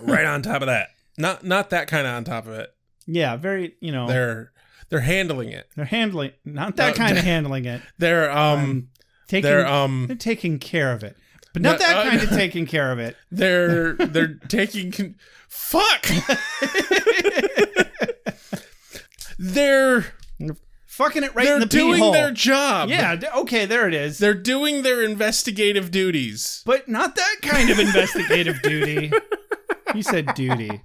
A: right on top of that. Not not that kind of on top of it.
H: Yeah, very, you know, they're,
A: They're they're handling it.
H: handling, not that
A: No,
H: kind of handling it.
A: They're um,
H: Taking,
A: they're um
H: They're taking care of it, but not
A: No,
H: that
A: uh,
H: kind of taking care of it.
A: they're they're taking con- fuck. they're
H: Fucking it right in
A: they're
H: the
A: doing
H: beehole.
A: their job.
H: Yeah. d- Okay. There it is.
A: They're doing their investigative duties.
H: but not that kind of investigative duty. You said duty.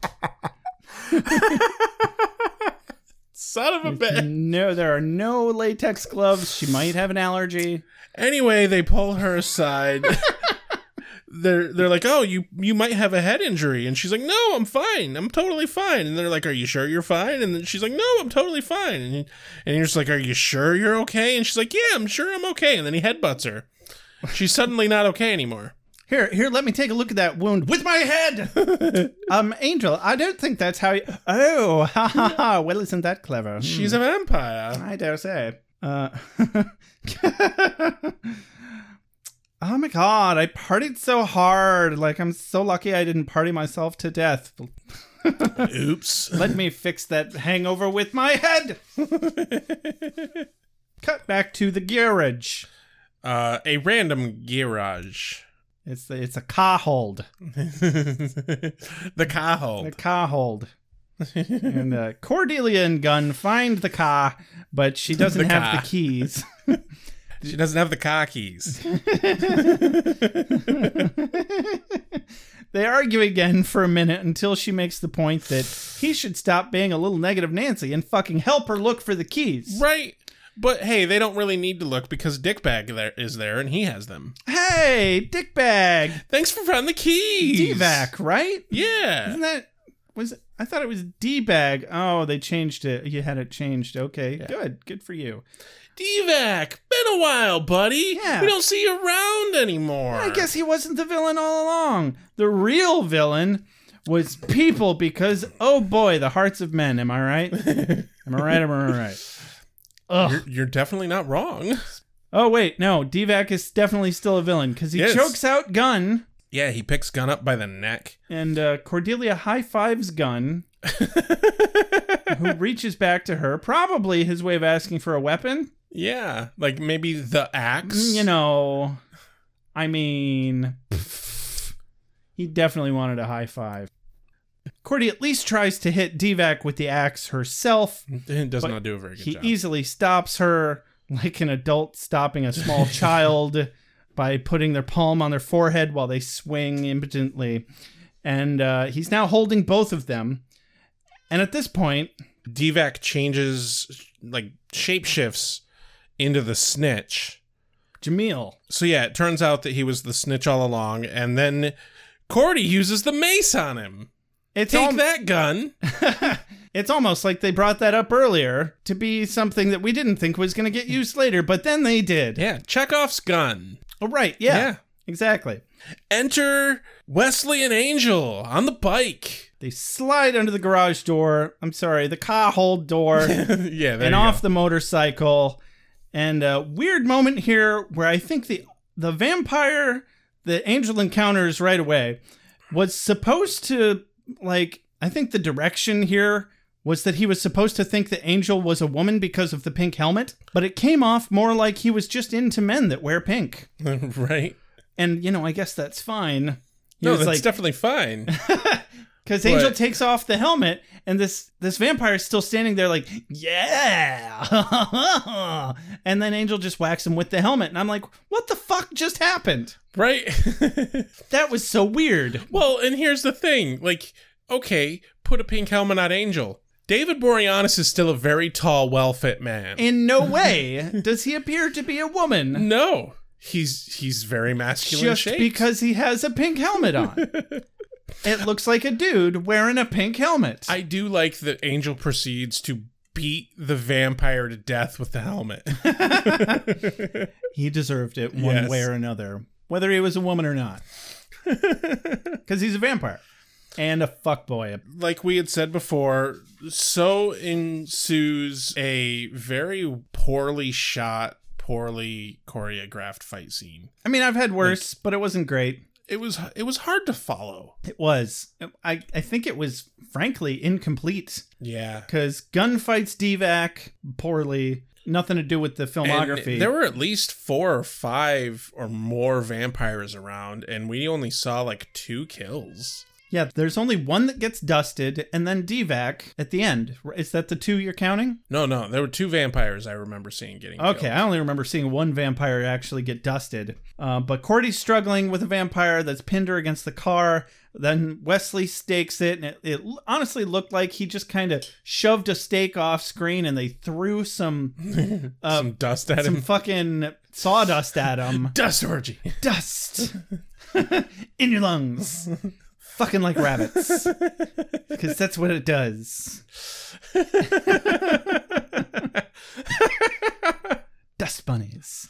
A: Son of a
H: Mm-hmm.
A: bitch.
H: No, there are no latex gloves. She might have an allergy.
A: Anyway, they pull her aside. they're they're like, "Oh, you you might have a head injury," and she's like, "No, I'm fine. I'm totally fine." And they're like, "Are you sure you're fine?" And then she's like, "No, I'm totally fine." And and you're just like, "Are you sure you're okay?" And she's like, "Yeah, I'm sure I'm okay." And then he headbutts her. She's suddenly not okay anymore.
H: Here, here. Let me take a look at that wound with my head. um, Angel, I don't think that's how. You... Oh, ha ha ha. Well, isn't that clever? Hmm.
A: She's a vampire.
H: I dare say. Uh, oh my god, I partied so hard. Like, I'm so lucky I didn't party myself to death.
A: Oops.
H: Let me fix that hangover with my head. Cut back to the garage.
A: Uh, a random garage.
H: It's the, it's a car hold.
A: the car
H: The
A: hold.
H: car hold. and uh, Cordelia and Gunn find the car, but she doesn't
A: The
H: have
A: car.
H: the keys.
A: She doesn't have the car keys.
H: They argue again for a minute until she makes the point that he should stop being a little negative Nancy and fucking help her look for the keys.
A: Right. But hey, they don't really need to look because Dickbag there is there and he has them.
H: Hey, dickbag,
A: Thanks for finding the keys.
H: D-vac, right?
A: Yeah.
H: Isn't that was I thought it was D-bag. Oh, they changed it. You had it changed. Okay, good, good for you.
A: Dvac. Been a while, buddy.
H: Yeah.
A: We don't see you around anymore.
H: I guess he wasn't the villain all along. The real villain was people because oh boy, the hearts of men. Am I right? am I right? Am I right?
A: You're, you're definitely not wrong.
H: Oh wait, no. Divac is definitely still a villain because he
A: Yes.
H: chokes out Gun
A: Yeah, he picks Gun up by the neck.
H: And uh, Cordelia high fives Gun, who reaches back to her, probably his way of asking for a weapon.
A: Yeah, like maybe the axe.
H: Mm, You know, I mean, pff, he definitely wanted a high five. Cordy at least tries to hit Divac with the axe herself.
A: It does
H: but
A: not do a very good
H: he
A: job.
H: easily stops her like an adult stopping a small child by putting their palm on their forehead while they swing impotently. And uh, he's now holding both of them. And at this point,
A: Divac changes, like shapeshifts into the snitch.
H: Jamil.
A: So yeah, it turns out that he was the snitch all along, and then Cordy uses the mace on him.
H: It's
A: Take
H: al-
A: that gun.
H: It's almost like they brought that up earlier to be something that we didn't think was going to get used later, but then they did.
A: Yeah, Chekhov's gun.
H: Oh, right. Yeah.
A: Yeah.
H: Exactly.
A: Enter Wesley and Angel on the bike.
H: They slide under the garage door. I'm sorry, the car hold door.
A: yeah, there
H: and
A: you go.
H: off the motorcycle. And a weird moment here where I think the the vampire that Angel encounters right away was supposed to like I think the direction here was that he was supposed to think that Angel was a woman because of the pink helmet, but it came off more like he was just into men that wear pink.
A: right.
H: And you know, I guess that's fine. He
A: No,
H: was
A: that's
H: like,
A: definitely fine.
H: because Angel
A: But-
H: takes off the helmet, and this this vampire is still standing there, like yeah. and then Angel just whacks him with the helmet, and I'm like, what the fuck just happened?
A: right?
H: That was so weird.
A: well, and here's the thing. Like, okay, put a pink helmet on Angel. David Boreanaz is still a very tall, well-fit man.
H: In no way does he appear to be a woman
A: no. He's he's very masculine
H: just
A: shaped.
H: because he has a pink helmet on. it looks like a dude wearing a pink helmet.
A: I do like that Angel proceeds to beat the vampire to death with the helmet.
H: he deserved it one
A: Yes.
H: way or another, whether he was a woman or not, because he's a vampire and a fuckboy,
A: like we had said before, so ensues a very poorly shot, poorly choreographed fight scene.
H: I mean, I've had worse, but it wasn't great.
A: It was it was hard to follow.
H: It was. I, I think it was, frankly, incomplete
A: Yeah.
H: because gunfights DVAC poorly, nothing to do with the filmography.
A: there were at least four or five or more vampires around, and we only saw like two kills.
H: yeah, there's only one that gets dusted and then DVAC at the end. Is that the two you're counting?
A: No, no, there were two vampires I remember seeing getting
H: Okay,
A: killed.
H: I only remember seeing one vampire actually get dusted. Uh, but Cordy's struggling with a vampire that's pinned her against the car. Then Wesley stakes it, and it, it honestly looked like he just kind of shoved a stake off screen and they threw some
A: Some dust at
H: um, some
A: him.
H: fucking sawdust at him.
A: Dust orgy.
H: dust in your lungs. Fucking like rabbits. Because that's what it does. dust bunnies.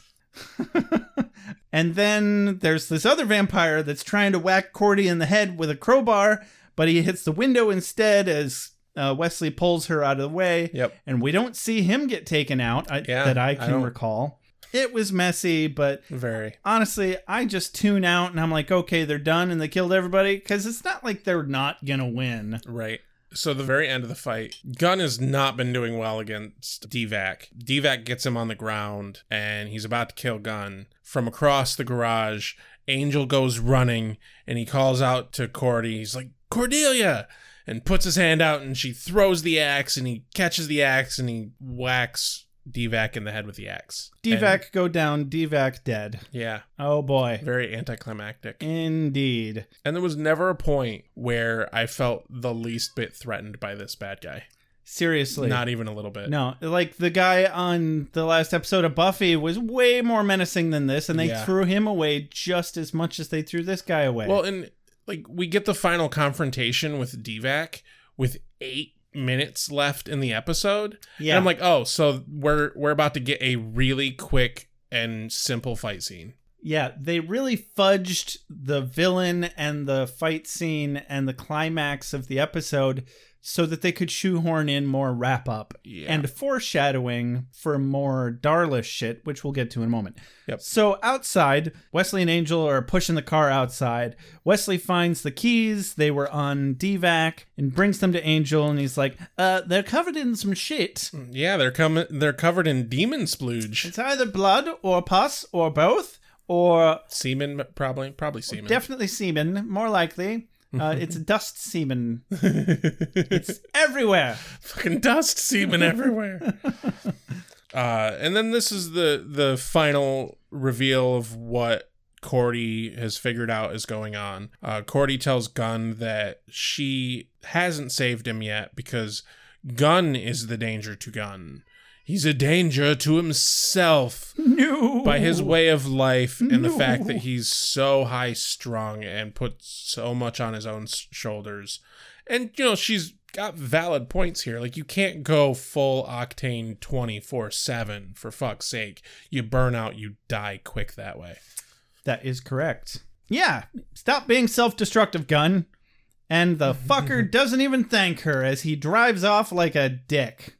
H: and then there's this other vampire that's trying to whack Cordy in the head with a crowbar, but he hits the window instead as uh, Wesley pulls her out of the way.
A: Yep.
H: And we don't see him get taken out I,
A: Yeah,
H: that I
A: I
H: can
A: don't-
H: recall. It was messy, but
A: Very.
H: honestly, I just tune out and I'm like, okay, they're done and they killed everybody because it's not like they're not gonna win.
A: Right. So the very end of the fight, Gunn has not been doing well against Divac. Divac gets him on the ground and he's about to kill Gunn. From across the garage, Angel goes running and he calls out to Cordy. He's like, Cordelia! And puts his hand out and she throws the axe and he catches the axe and he whacks Divac in the head with the axe.
H: Dvac
A: And-
H: go down, Dvac dead.
A: yeah,
H: Oh boy.
A: very anticlimactic.
H: Indeed.
A: And there was never a point where I felt the least bit threatened by this bad guy.
H: Seriously.
A: Not even a little bit.
H: no, like the guy on the last episode of Buffy was way more menacing than this, and they
A: Yeah.
H: threw him away just as much as they threw this guy away.
A: Well, and like we get the final confrontation with Divac with eight minutes left in the episode.
H: yeah,
A: And I'm like, oh, so we're we're about to get a really quick and simple fight scene.
H: Yeah, they really fudged the villain and the fight scene and the climax of the episode so that they could shoehorn in more wrap up
A: Yeah.
H: and foreshadowing for more Darla shit, which we'll get to in a moment.
A: Yep.
H: So outside, Wesley and Angel are pushing the car outside. Wesley finds the keys. They were on DVAC and brings them to Angel, and he's like, "Uh, they're covered in some shit.
A: Yeah, they're coming. They're covered in demon splooge,
H: It's either blood or pus or both." Or
A: semen, probably, probably semen.
H: Definitely semen, more likely. Uh, it's dust semen. it's everywhere.
A: fucking dust semen everywhere. uh, and then this is the the final reveal of what Cordy has figured out is going on. Uh, Cordy tells Gunn that she hasn't saved him yet because Gunn is the danger to Gunn. He's a danger to himself
H: No.
A: by his way of life and the fact that he's so high strung and puts so much on his own s- shoulders. And you know, she's got valid points here. Like you can't go full octane 24/7 for fuck's sake. You burn out, you die quick that way.
H: That is correct. Yeah. Stop being self destructive, gun. And the fucker doesn't even thank her as he drives off like a dick.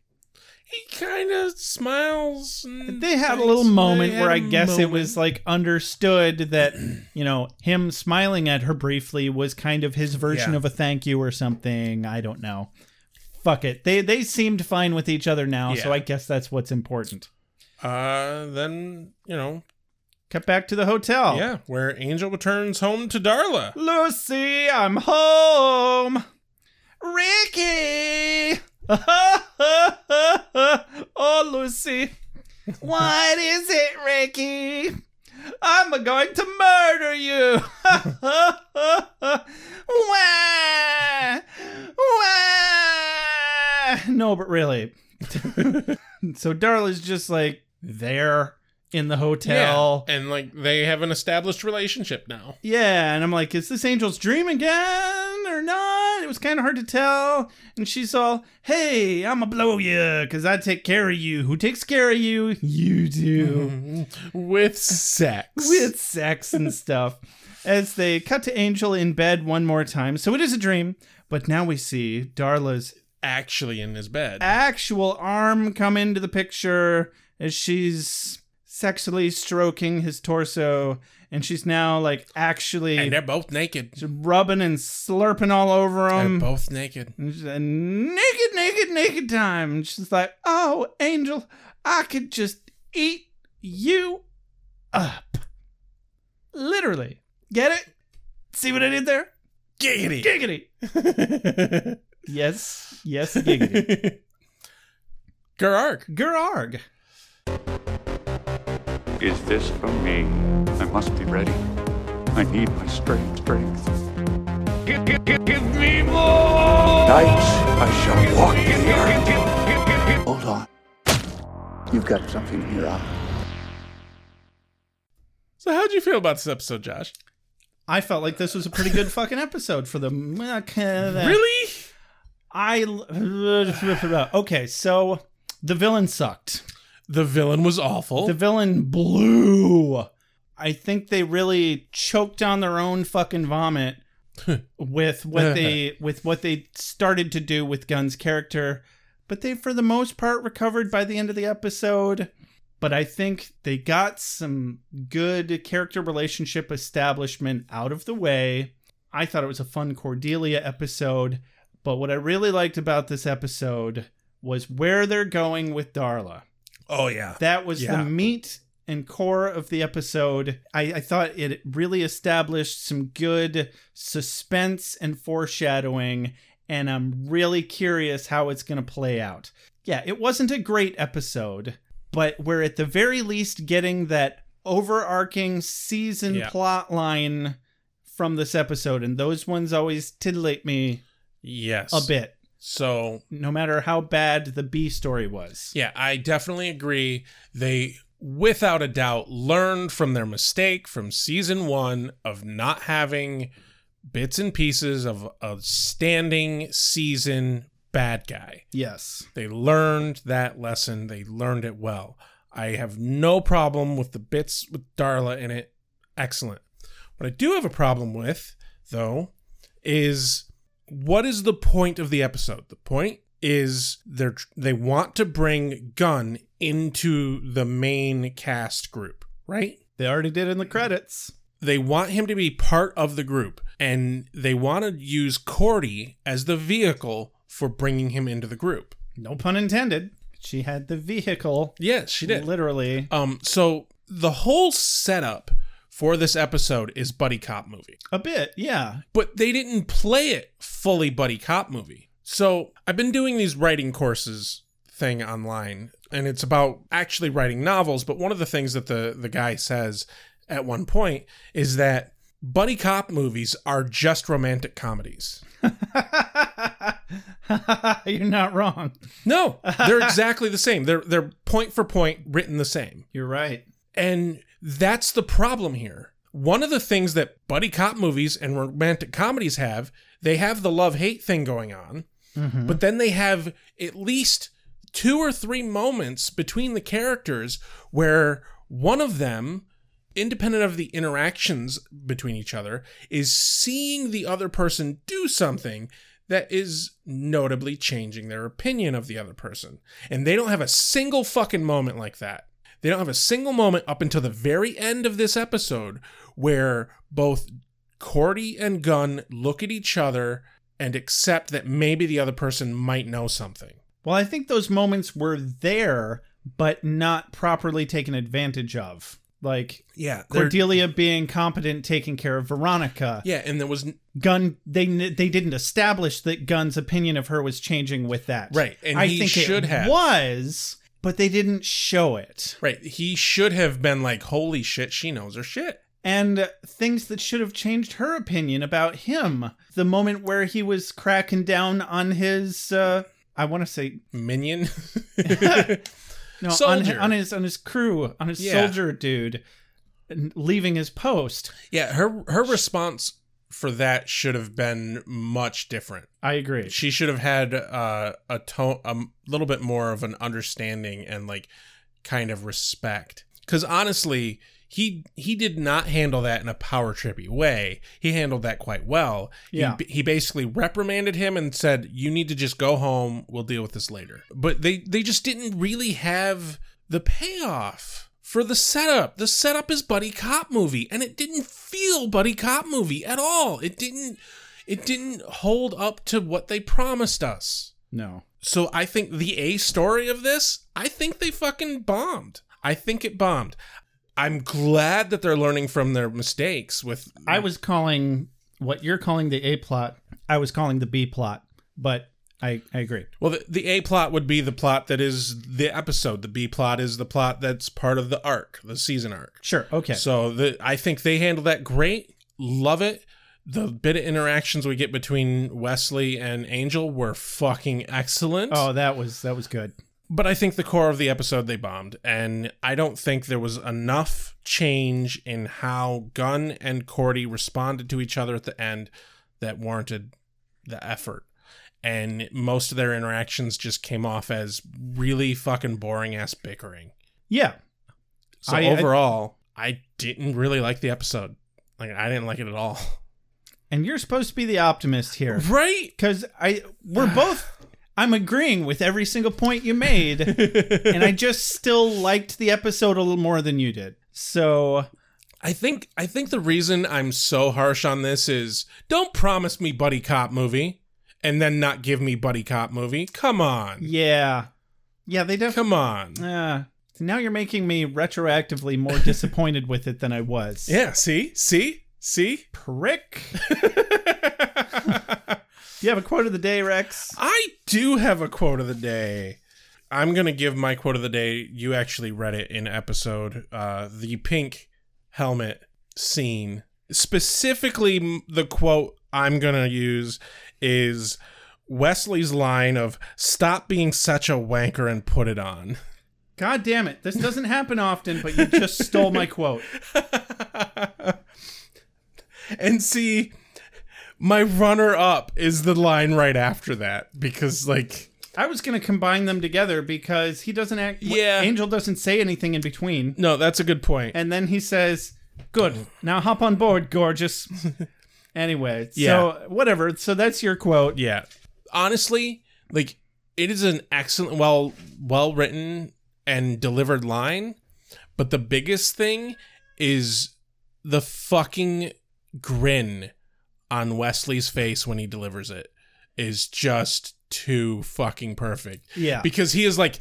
A: He kind of smiles. and
H: They had a
A: thinks-
H: little
A: Mm, they
H: moment
A: had
H: where
A: a
H: I guess it was
A: moment.
H: like understood that, you know, him smiling at her briefly was kind of his version
A: Yeah.
H: of a thank you or something. I don't know. Fuck it. They they seemed fine with each other now, so
A: Yeah.
H: I guess that's what's important.
A: uh then, you know,
H: Cut back to the hotel.
A: yeah, where Angel returns home to Darla.
H: Lucy, I'm home. Ricky. oh, Lucy. What is it, Ricky? I'm going to murder you. Wah! Wah! No, but really. so Darla's just like there in the hotel.
A: Yeah, and like they have an established relationship now.
H: Yeah, and I'm like, is this Angel's dream again or not? It was kind of hard to tell. And she's all, hey, I'ma blow you because I take care of you. Who takes care of you? You do.
A: with sex.
H: With sex and stuff. As they cut to Angel in bed one more time. So it is a dream, but now we see Darla's
A: actually in his bed.
H: actual arm come into the picture as she's sexually stroking his torso. And she's now like actually
A: and they're both naked.
H: rubbing and slurping all over
A: They're
H: him.
A: both naked.
H: And she's like, naked, naked, naked time. And she's like, oh, Angel, I could just eat you up. Literally. Get it? See what I did there?
A: Giggity.
H: Giggity. Yes, yes, giggity.
A: Gerark.
H: Gerarg.
K: Is this from me? I must be ready. I need my strength. Strength. Give, give, give, give me more.
C: Nights I shall walk in the Hold on. You've got something here I
A: So how'd you feel about this episode, Josh?
H: I felt like this was a pretty good fucking episode for the.
A: Really?
H: I. Okay, so the villain sucked.
A: The villain was awful.
H: The villain blew. I think they really choked on their own fucking vomit with what they with what they started to do with Gunn's character, but they for the most part recovered by the end of the episode. But I think they got some good character relationship establishment out of the way. I thought it was a fun Cordelia episode, but what I really liked about this episode was where they're going with Darla.
A: oh yeah.
H: That was
A: Yeah.
H: the meat and core of the episode. I, I thought it really established some good suspense and foreshadowing, and I'm really curious how it's going to play out. Yeah, it wasn't a great episode, but we're at the very least getting that overarching season
A: Yeah.
H: plot line from this episode, and those ones always titillate me
A: Yes.
H: a bit,
A: So
H: no matter how bad the B story was.
A: yeah, I definitely agree. They without a doubt learned from their mistake from season one of not having bits and pieces of a standing season bad guy.
H: Yes.
A: They learned that lesson. They learned it well. I have no problem with the bits with Darla in it Excellent. What I do have a problem with, though, is what is the point of the episode? The point is they they want to bring Gunn into the main cast group, right?
H: They already did in the credits.
A: They want him to be part of the group, and they want to use Cordy as the vehicle for bringing him into the group.
H: No pun intended. She had the vehicle.
A: Yes, she did.
H: Literally.
A: Um. So the whole setup for this episode is buddy cop movie.
H: A bit, yeah.
A: But they didn't play it fully buddy cop movie. So I've been doing these writing courses thing online, and it's about actually writing novels. But one of the things that the, the guy says at one point is that buddy cop movies are just romantic comedies.
H: You're not wrong.
A: No, they're exactly the same. They're they're point for point written the same.
H: You're right.
A: And that's the problem here. One of the things that buddy cop movies and romantic comedies have, they have the love hate thing going on,
H: Mhm.
A: but then they have at least two or three moments between the characters where one of them, independent of the interactions between each other, is seeing the other person do something that is notably changing their opinion of the other person. And they don't have a single fucking moment like that. They don't have a single moment up until the very end of this episode where both Cordy and Gunn look at each other and accept that maybe the other person might know something.
H: Well, I think those moments were there, but not properly taken advantage of. Like
A: Yeah, they're-
H: Cordelia being competent, taking care of Veronica.
A: Yeah, and there was
H: Gun. They n- they didn't establish that Gun's opinion of her was changing with that.
A: Right, and
H: I
A: he
H: think
A: should
H: it
A: have.
H: was, but they didn't show it.
A: right. He should have been like, "Holy shit, she knows her shit."
H: and things that should have changed her opinion about him. The moment where he was cracking down on his, uh, I want to say,
A: Minion.
H: no, on,
A: Soldier.
H: on his on his crew, on his
A: Yeah.
H: soldier dude, and leaving his post.
A: Yeah, her her response for that should have been much different.
H: I agree.
A: She should have had uh, a tone, a m- little bit more of an understanding and like kind of respect. Because honestly, he he did not handle that in a power trippy way. He handled that quite well. He
H: Yeah.
A: b- He, basically reprimanded him and said, "You need to just go home. We'll deal with this later." But they they just didn't really have the payoff for the setup. The setup is buddy cop movie, and it didn't feel buddy cop movie at all. It didn't it didn't hold up to what they promised us.
H: No,
A: So I think the A story of this, I think they fucking bombed. I think it bombed. I'm glad that they're learning from their mistakes with
H: I was calling what you're calling the A plot. I was calling the B plot, but I I agree.
A: well the, the A plot would be the plot that is the episode. The B plot is the plot that's part of the arc, the season arc.
H: Sure. Okay.
A: So the I think they handled that great. Love it. The bit of interactions we get between Wesley and Angel were fucking excellent.
H: oh, that was that was good.
A: but I think the core of the episode they bombed, and I don't think there was enough change in how Gunn and Cordy responded to each other at the end that warranted the effort. And most of their interactions just came off as really fucking boring ass bickering.
H: Yeah.
A: So
H: I- I-
A: overall, I, didn't really like the episode. Like I didn't like it at all.
H: And you're supposed to be the optimist here.
A: Right?
H: because I we're both. I'm agreeing with every single point you made, and I just still liked the episode a little more than you did. So
A: I think I think the reason I'm so harsh on this is don't promise me buddy cop movie and then not give me buddy cop movie. Come on.
H: yeah, yeah, they definitely.
A: Come on.
H: Uh, now you're making me retroactively more disappointed with it than I was.
A: Yeah, see? See? See?
H: Prick. Do you have a quote of the day, Rex?
A: I do have a quote of the day. I'm going to give my quote of the day. You actually read it in episode uh the pink helmet scene. Specifically m- the quote I'm going to use is Wesley's line of stop being such a wanker and put it on.
H: God damn it! This doesn't happen often, but you just stole my quote.
A: and see my runner up is the line right after that because like
H: I was gonna combine them together because he doesn't act.
A: Yeah.
H: Angel doesn't say anything in between.
A: no that's a good point
H: And then he says, Good. Now hop on board, gorgeous. anyway,
A: Yeah.
H: so whatever. So that's your quote.
A: Yeah. Honestly, like it is an excellent well well written and delivered line, but the biggest thing is the fucking grin on Wesley's face when he delivers it is just too fucking perfect.
H: Yeah.
A: Because he is like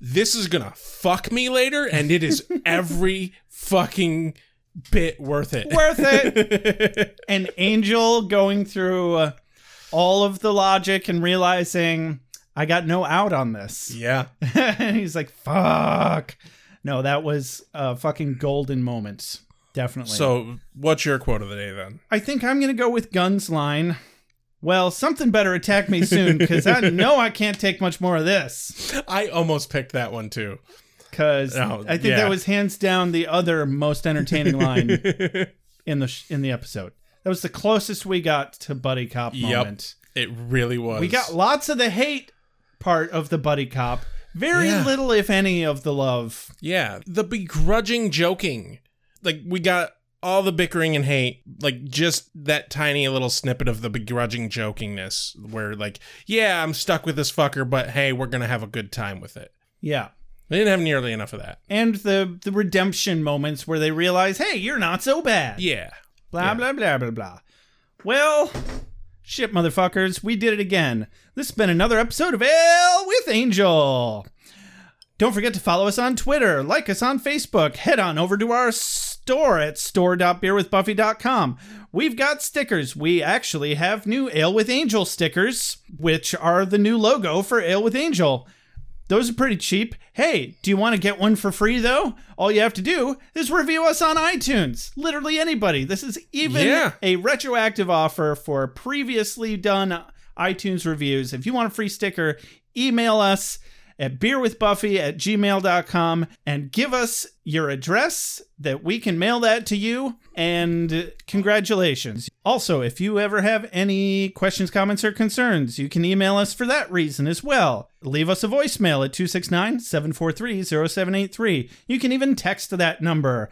A: this is going to fuck me later and it is every fucking bit worth it.
H: Worth it. An angel going through uh, all of the logic and realizing I got no out on this.
A: yeah.
H: and he's like, fuck. No, that was a fucking golden moment. Definitely.
A: So, what's your quote of the day then?
H: I think I'm going to go with Guns line. Well, something better attack me soon because I know I can't take much more of this.
A: I almost picked that one too.
H: Because
A: Oh,
H: I think
A: yeah.
H: that was hands down the other most entertaining line in the sh- in the episode. That was the closest we got to buddy cop moment.
A: Yep. It really was.
H: We got lots of the hate part of the buddy cop. Very
A: Yeah.
H: little, if any, of the love.
A: Yeah. The begrudging joking. Like we got all the bickering and hate, like just that tiny little snippet of the begrudging jokingness where like, yeah, I'm stuck with this fucker, but hey, we're gonna have a good time with it.
H: Yeah.
A: They didn't have nearly enough of that.
H: And the the redemption moments where they realize, hey, you're not so bad.
A: Yeah.
H: Blah blah blah blah blah. Well, shit, motherfuckers, we did it again. This has been another episode of Ale with Angel. Don't forget to follow us on Twitter, like us on Facebook, head on over to our store at store.beerwithbuffy.com. We've got stickers. We actually have new Ale with Angel stickers, which are the new logo for Ale with Angel. Those are pretty cheap. Hey, do you want to get one for free though? All you have to do is review us on iTunes. Literally anybody. This is even
A: Yeah.
H: a retroactive offer for previously done iTunes reviews. If you want a free sticker, email us at beerwithbuffy at gmail.com and give us your address that we can mail that to you. And congratulations. Also, if you ever have any questions, comments, or concerns, you can email us for that reason as well. Leave us a voicemail at 269 743 0783. You can even text that number.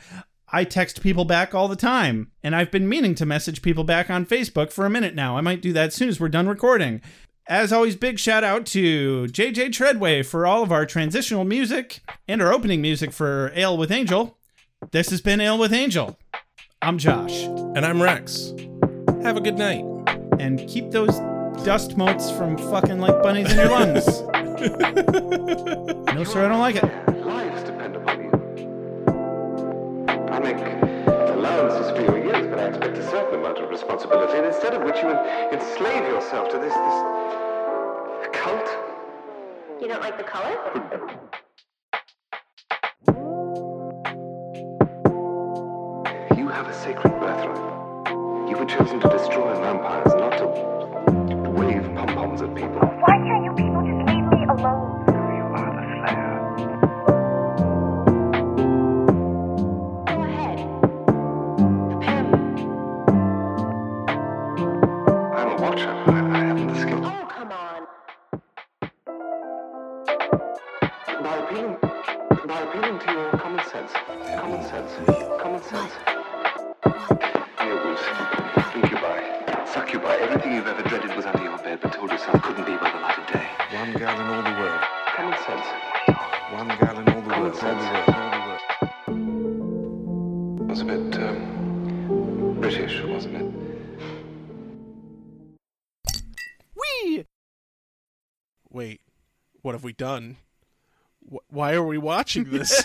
H: I text people back all the time, and I've been meaning to message people back on Facebook for a minute now. I might do that as soon as we're done recording. As always, big shout out to JJ Treadway for all of our transitional music and our opening music for Ale with Angel. This has been Ale with Angel. I'm Josh,
A: And I'm Rex. Have a good night.
H: and keep those dust motes from fucking like bunnies in your lungs. no, sir, I don't like it.
L: lives depend upon you. I make allowances for your years, but I expect a certain amount of responsibility, and instead of which you en- enslave yourself to this this cult.
M: You don't like the color?
L: You have a sacred birthright. You were chosen to destroy vampires, not to to wave pom-poms at people. Why can't you people just leave me alone? You are the slayer. I'm a watcher. I, I haven't the skill. Oh, come on. By appealing, by appealing to your common sense. Common sense. Common sense. Werewolves, incubi, succubi, everything you've ever dreaded was under your bed but told yourself couldn't be by the light of day. One girl in all the world. Common sense. One girl in all the world. All the world. All the world. It was a bit um, British, wasn't it?
A: Wait, what have we done? Wh- why are we watching this?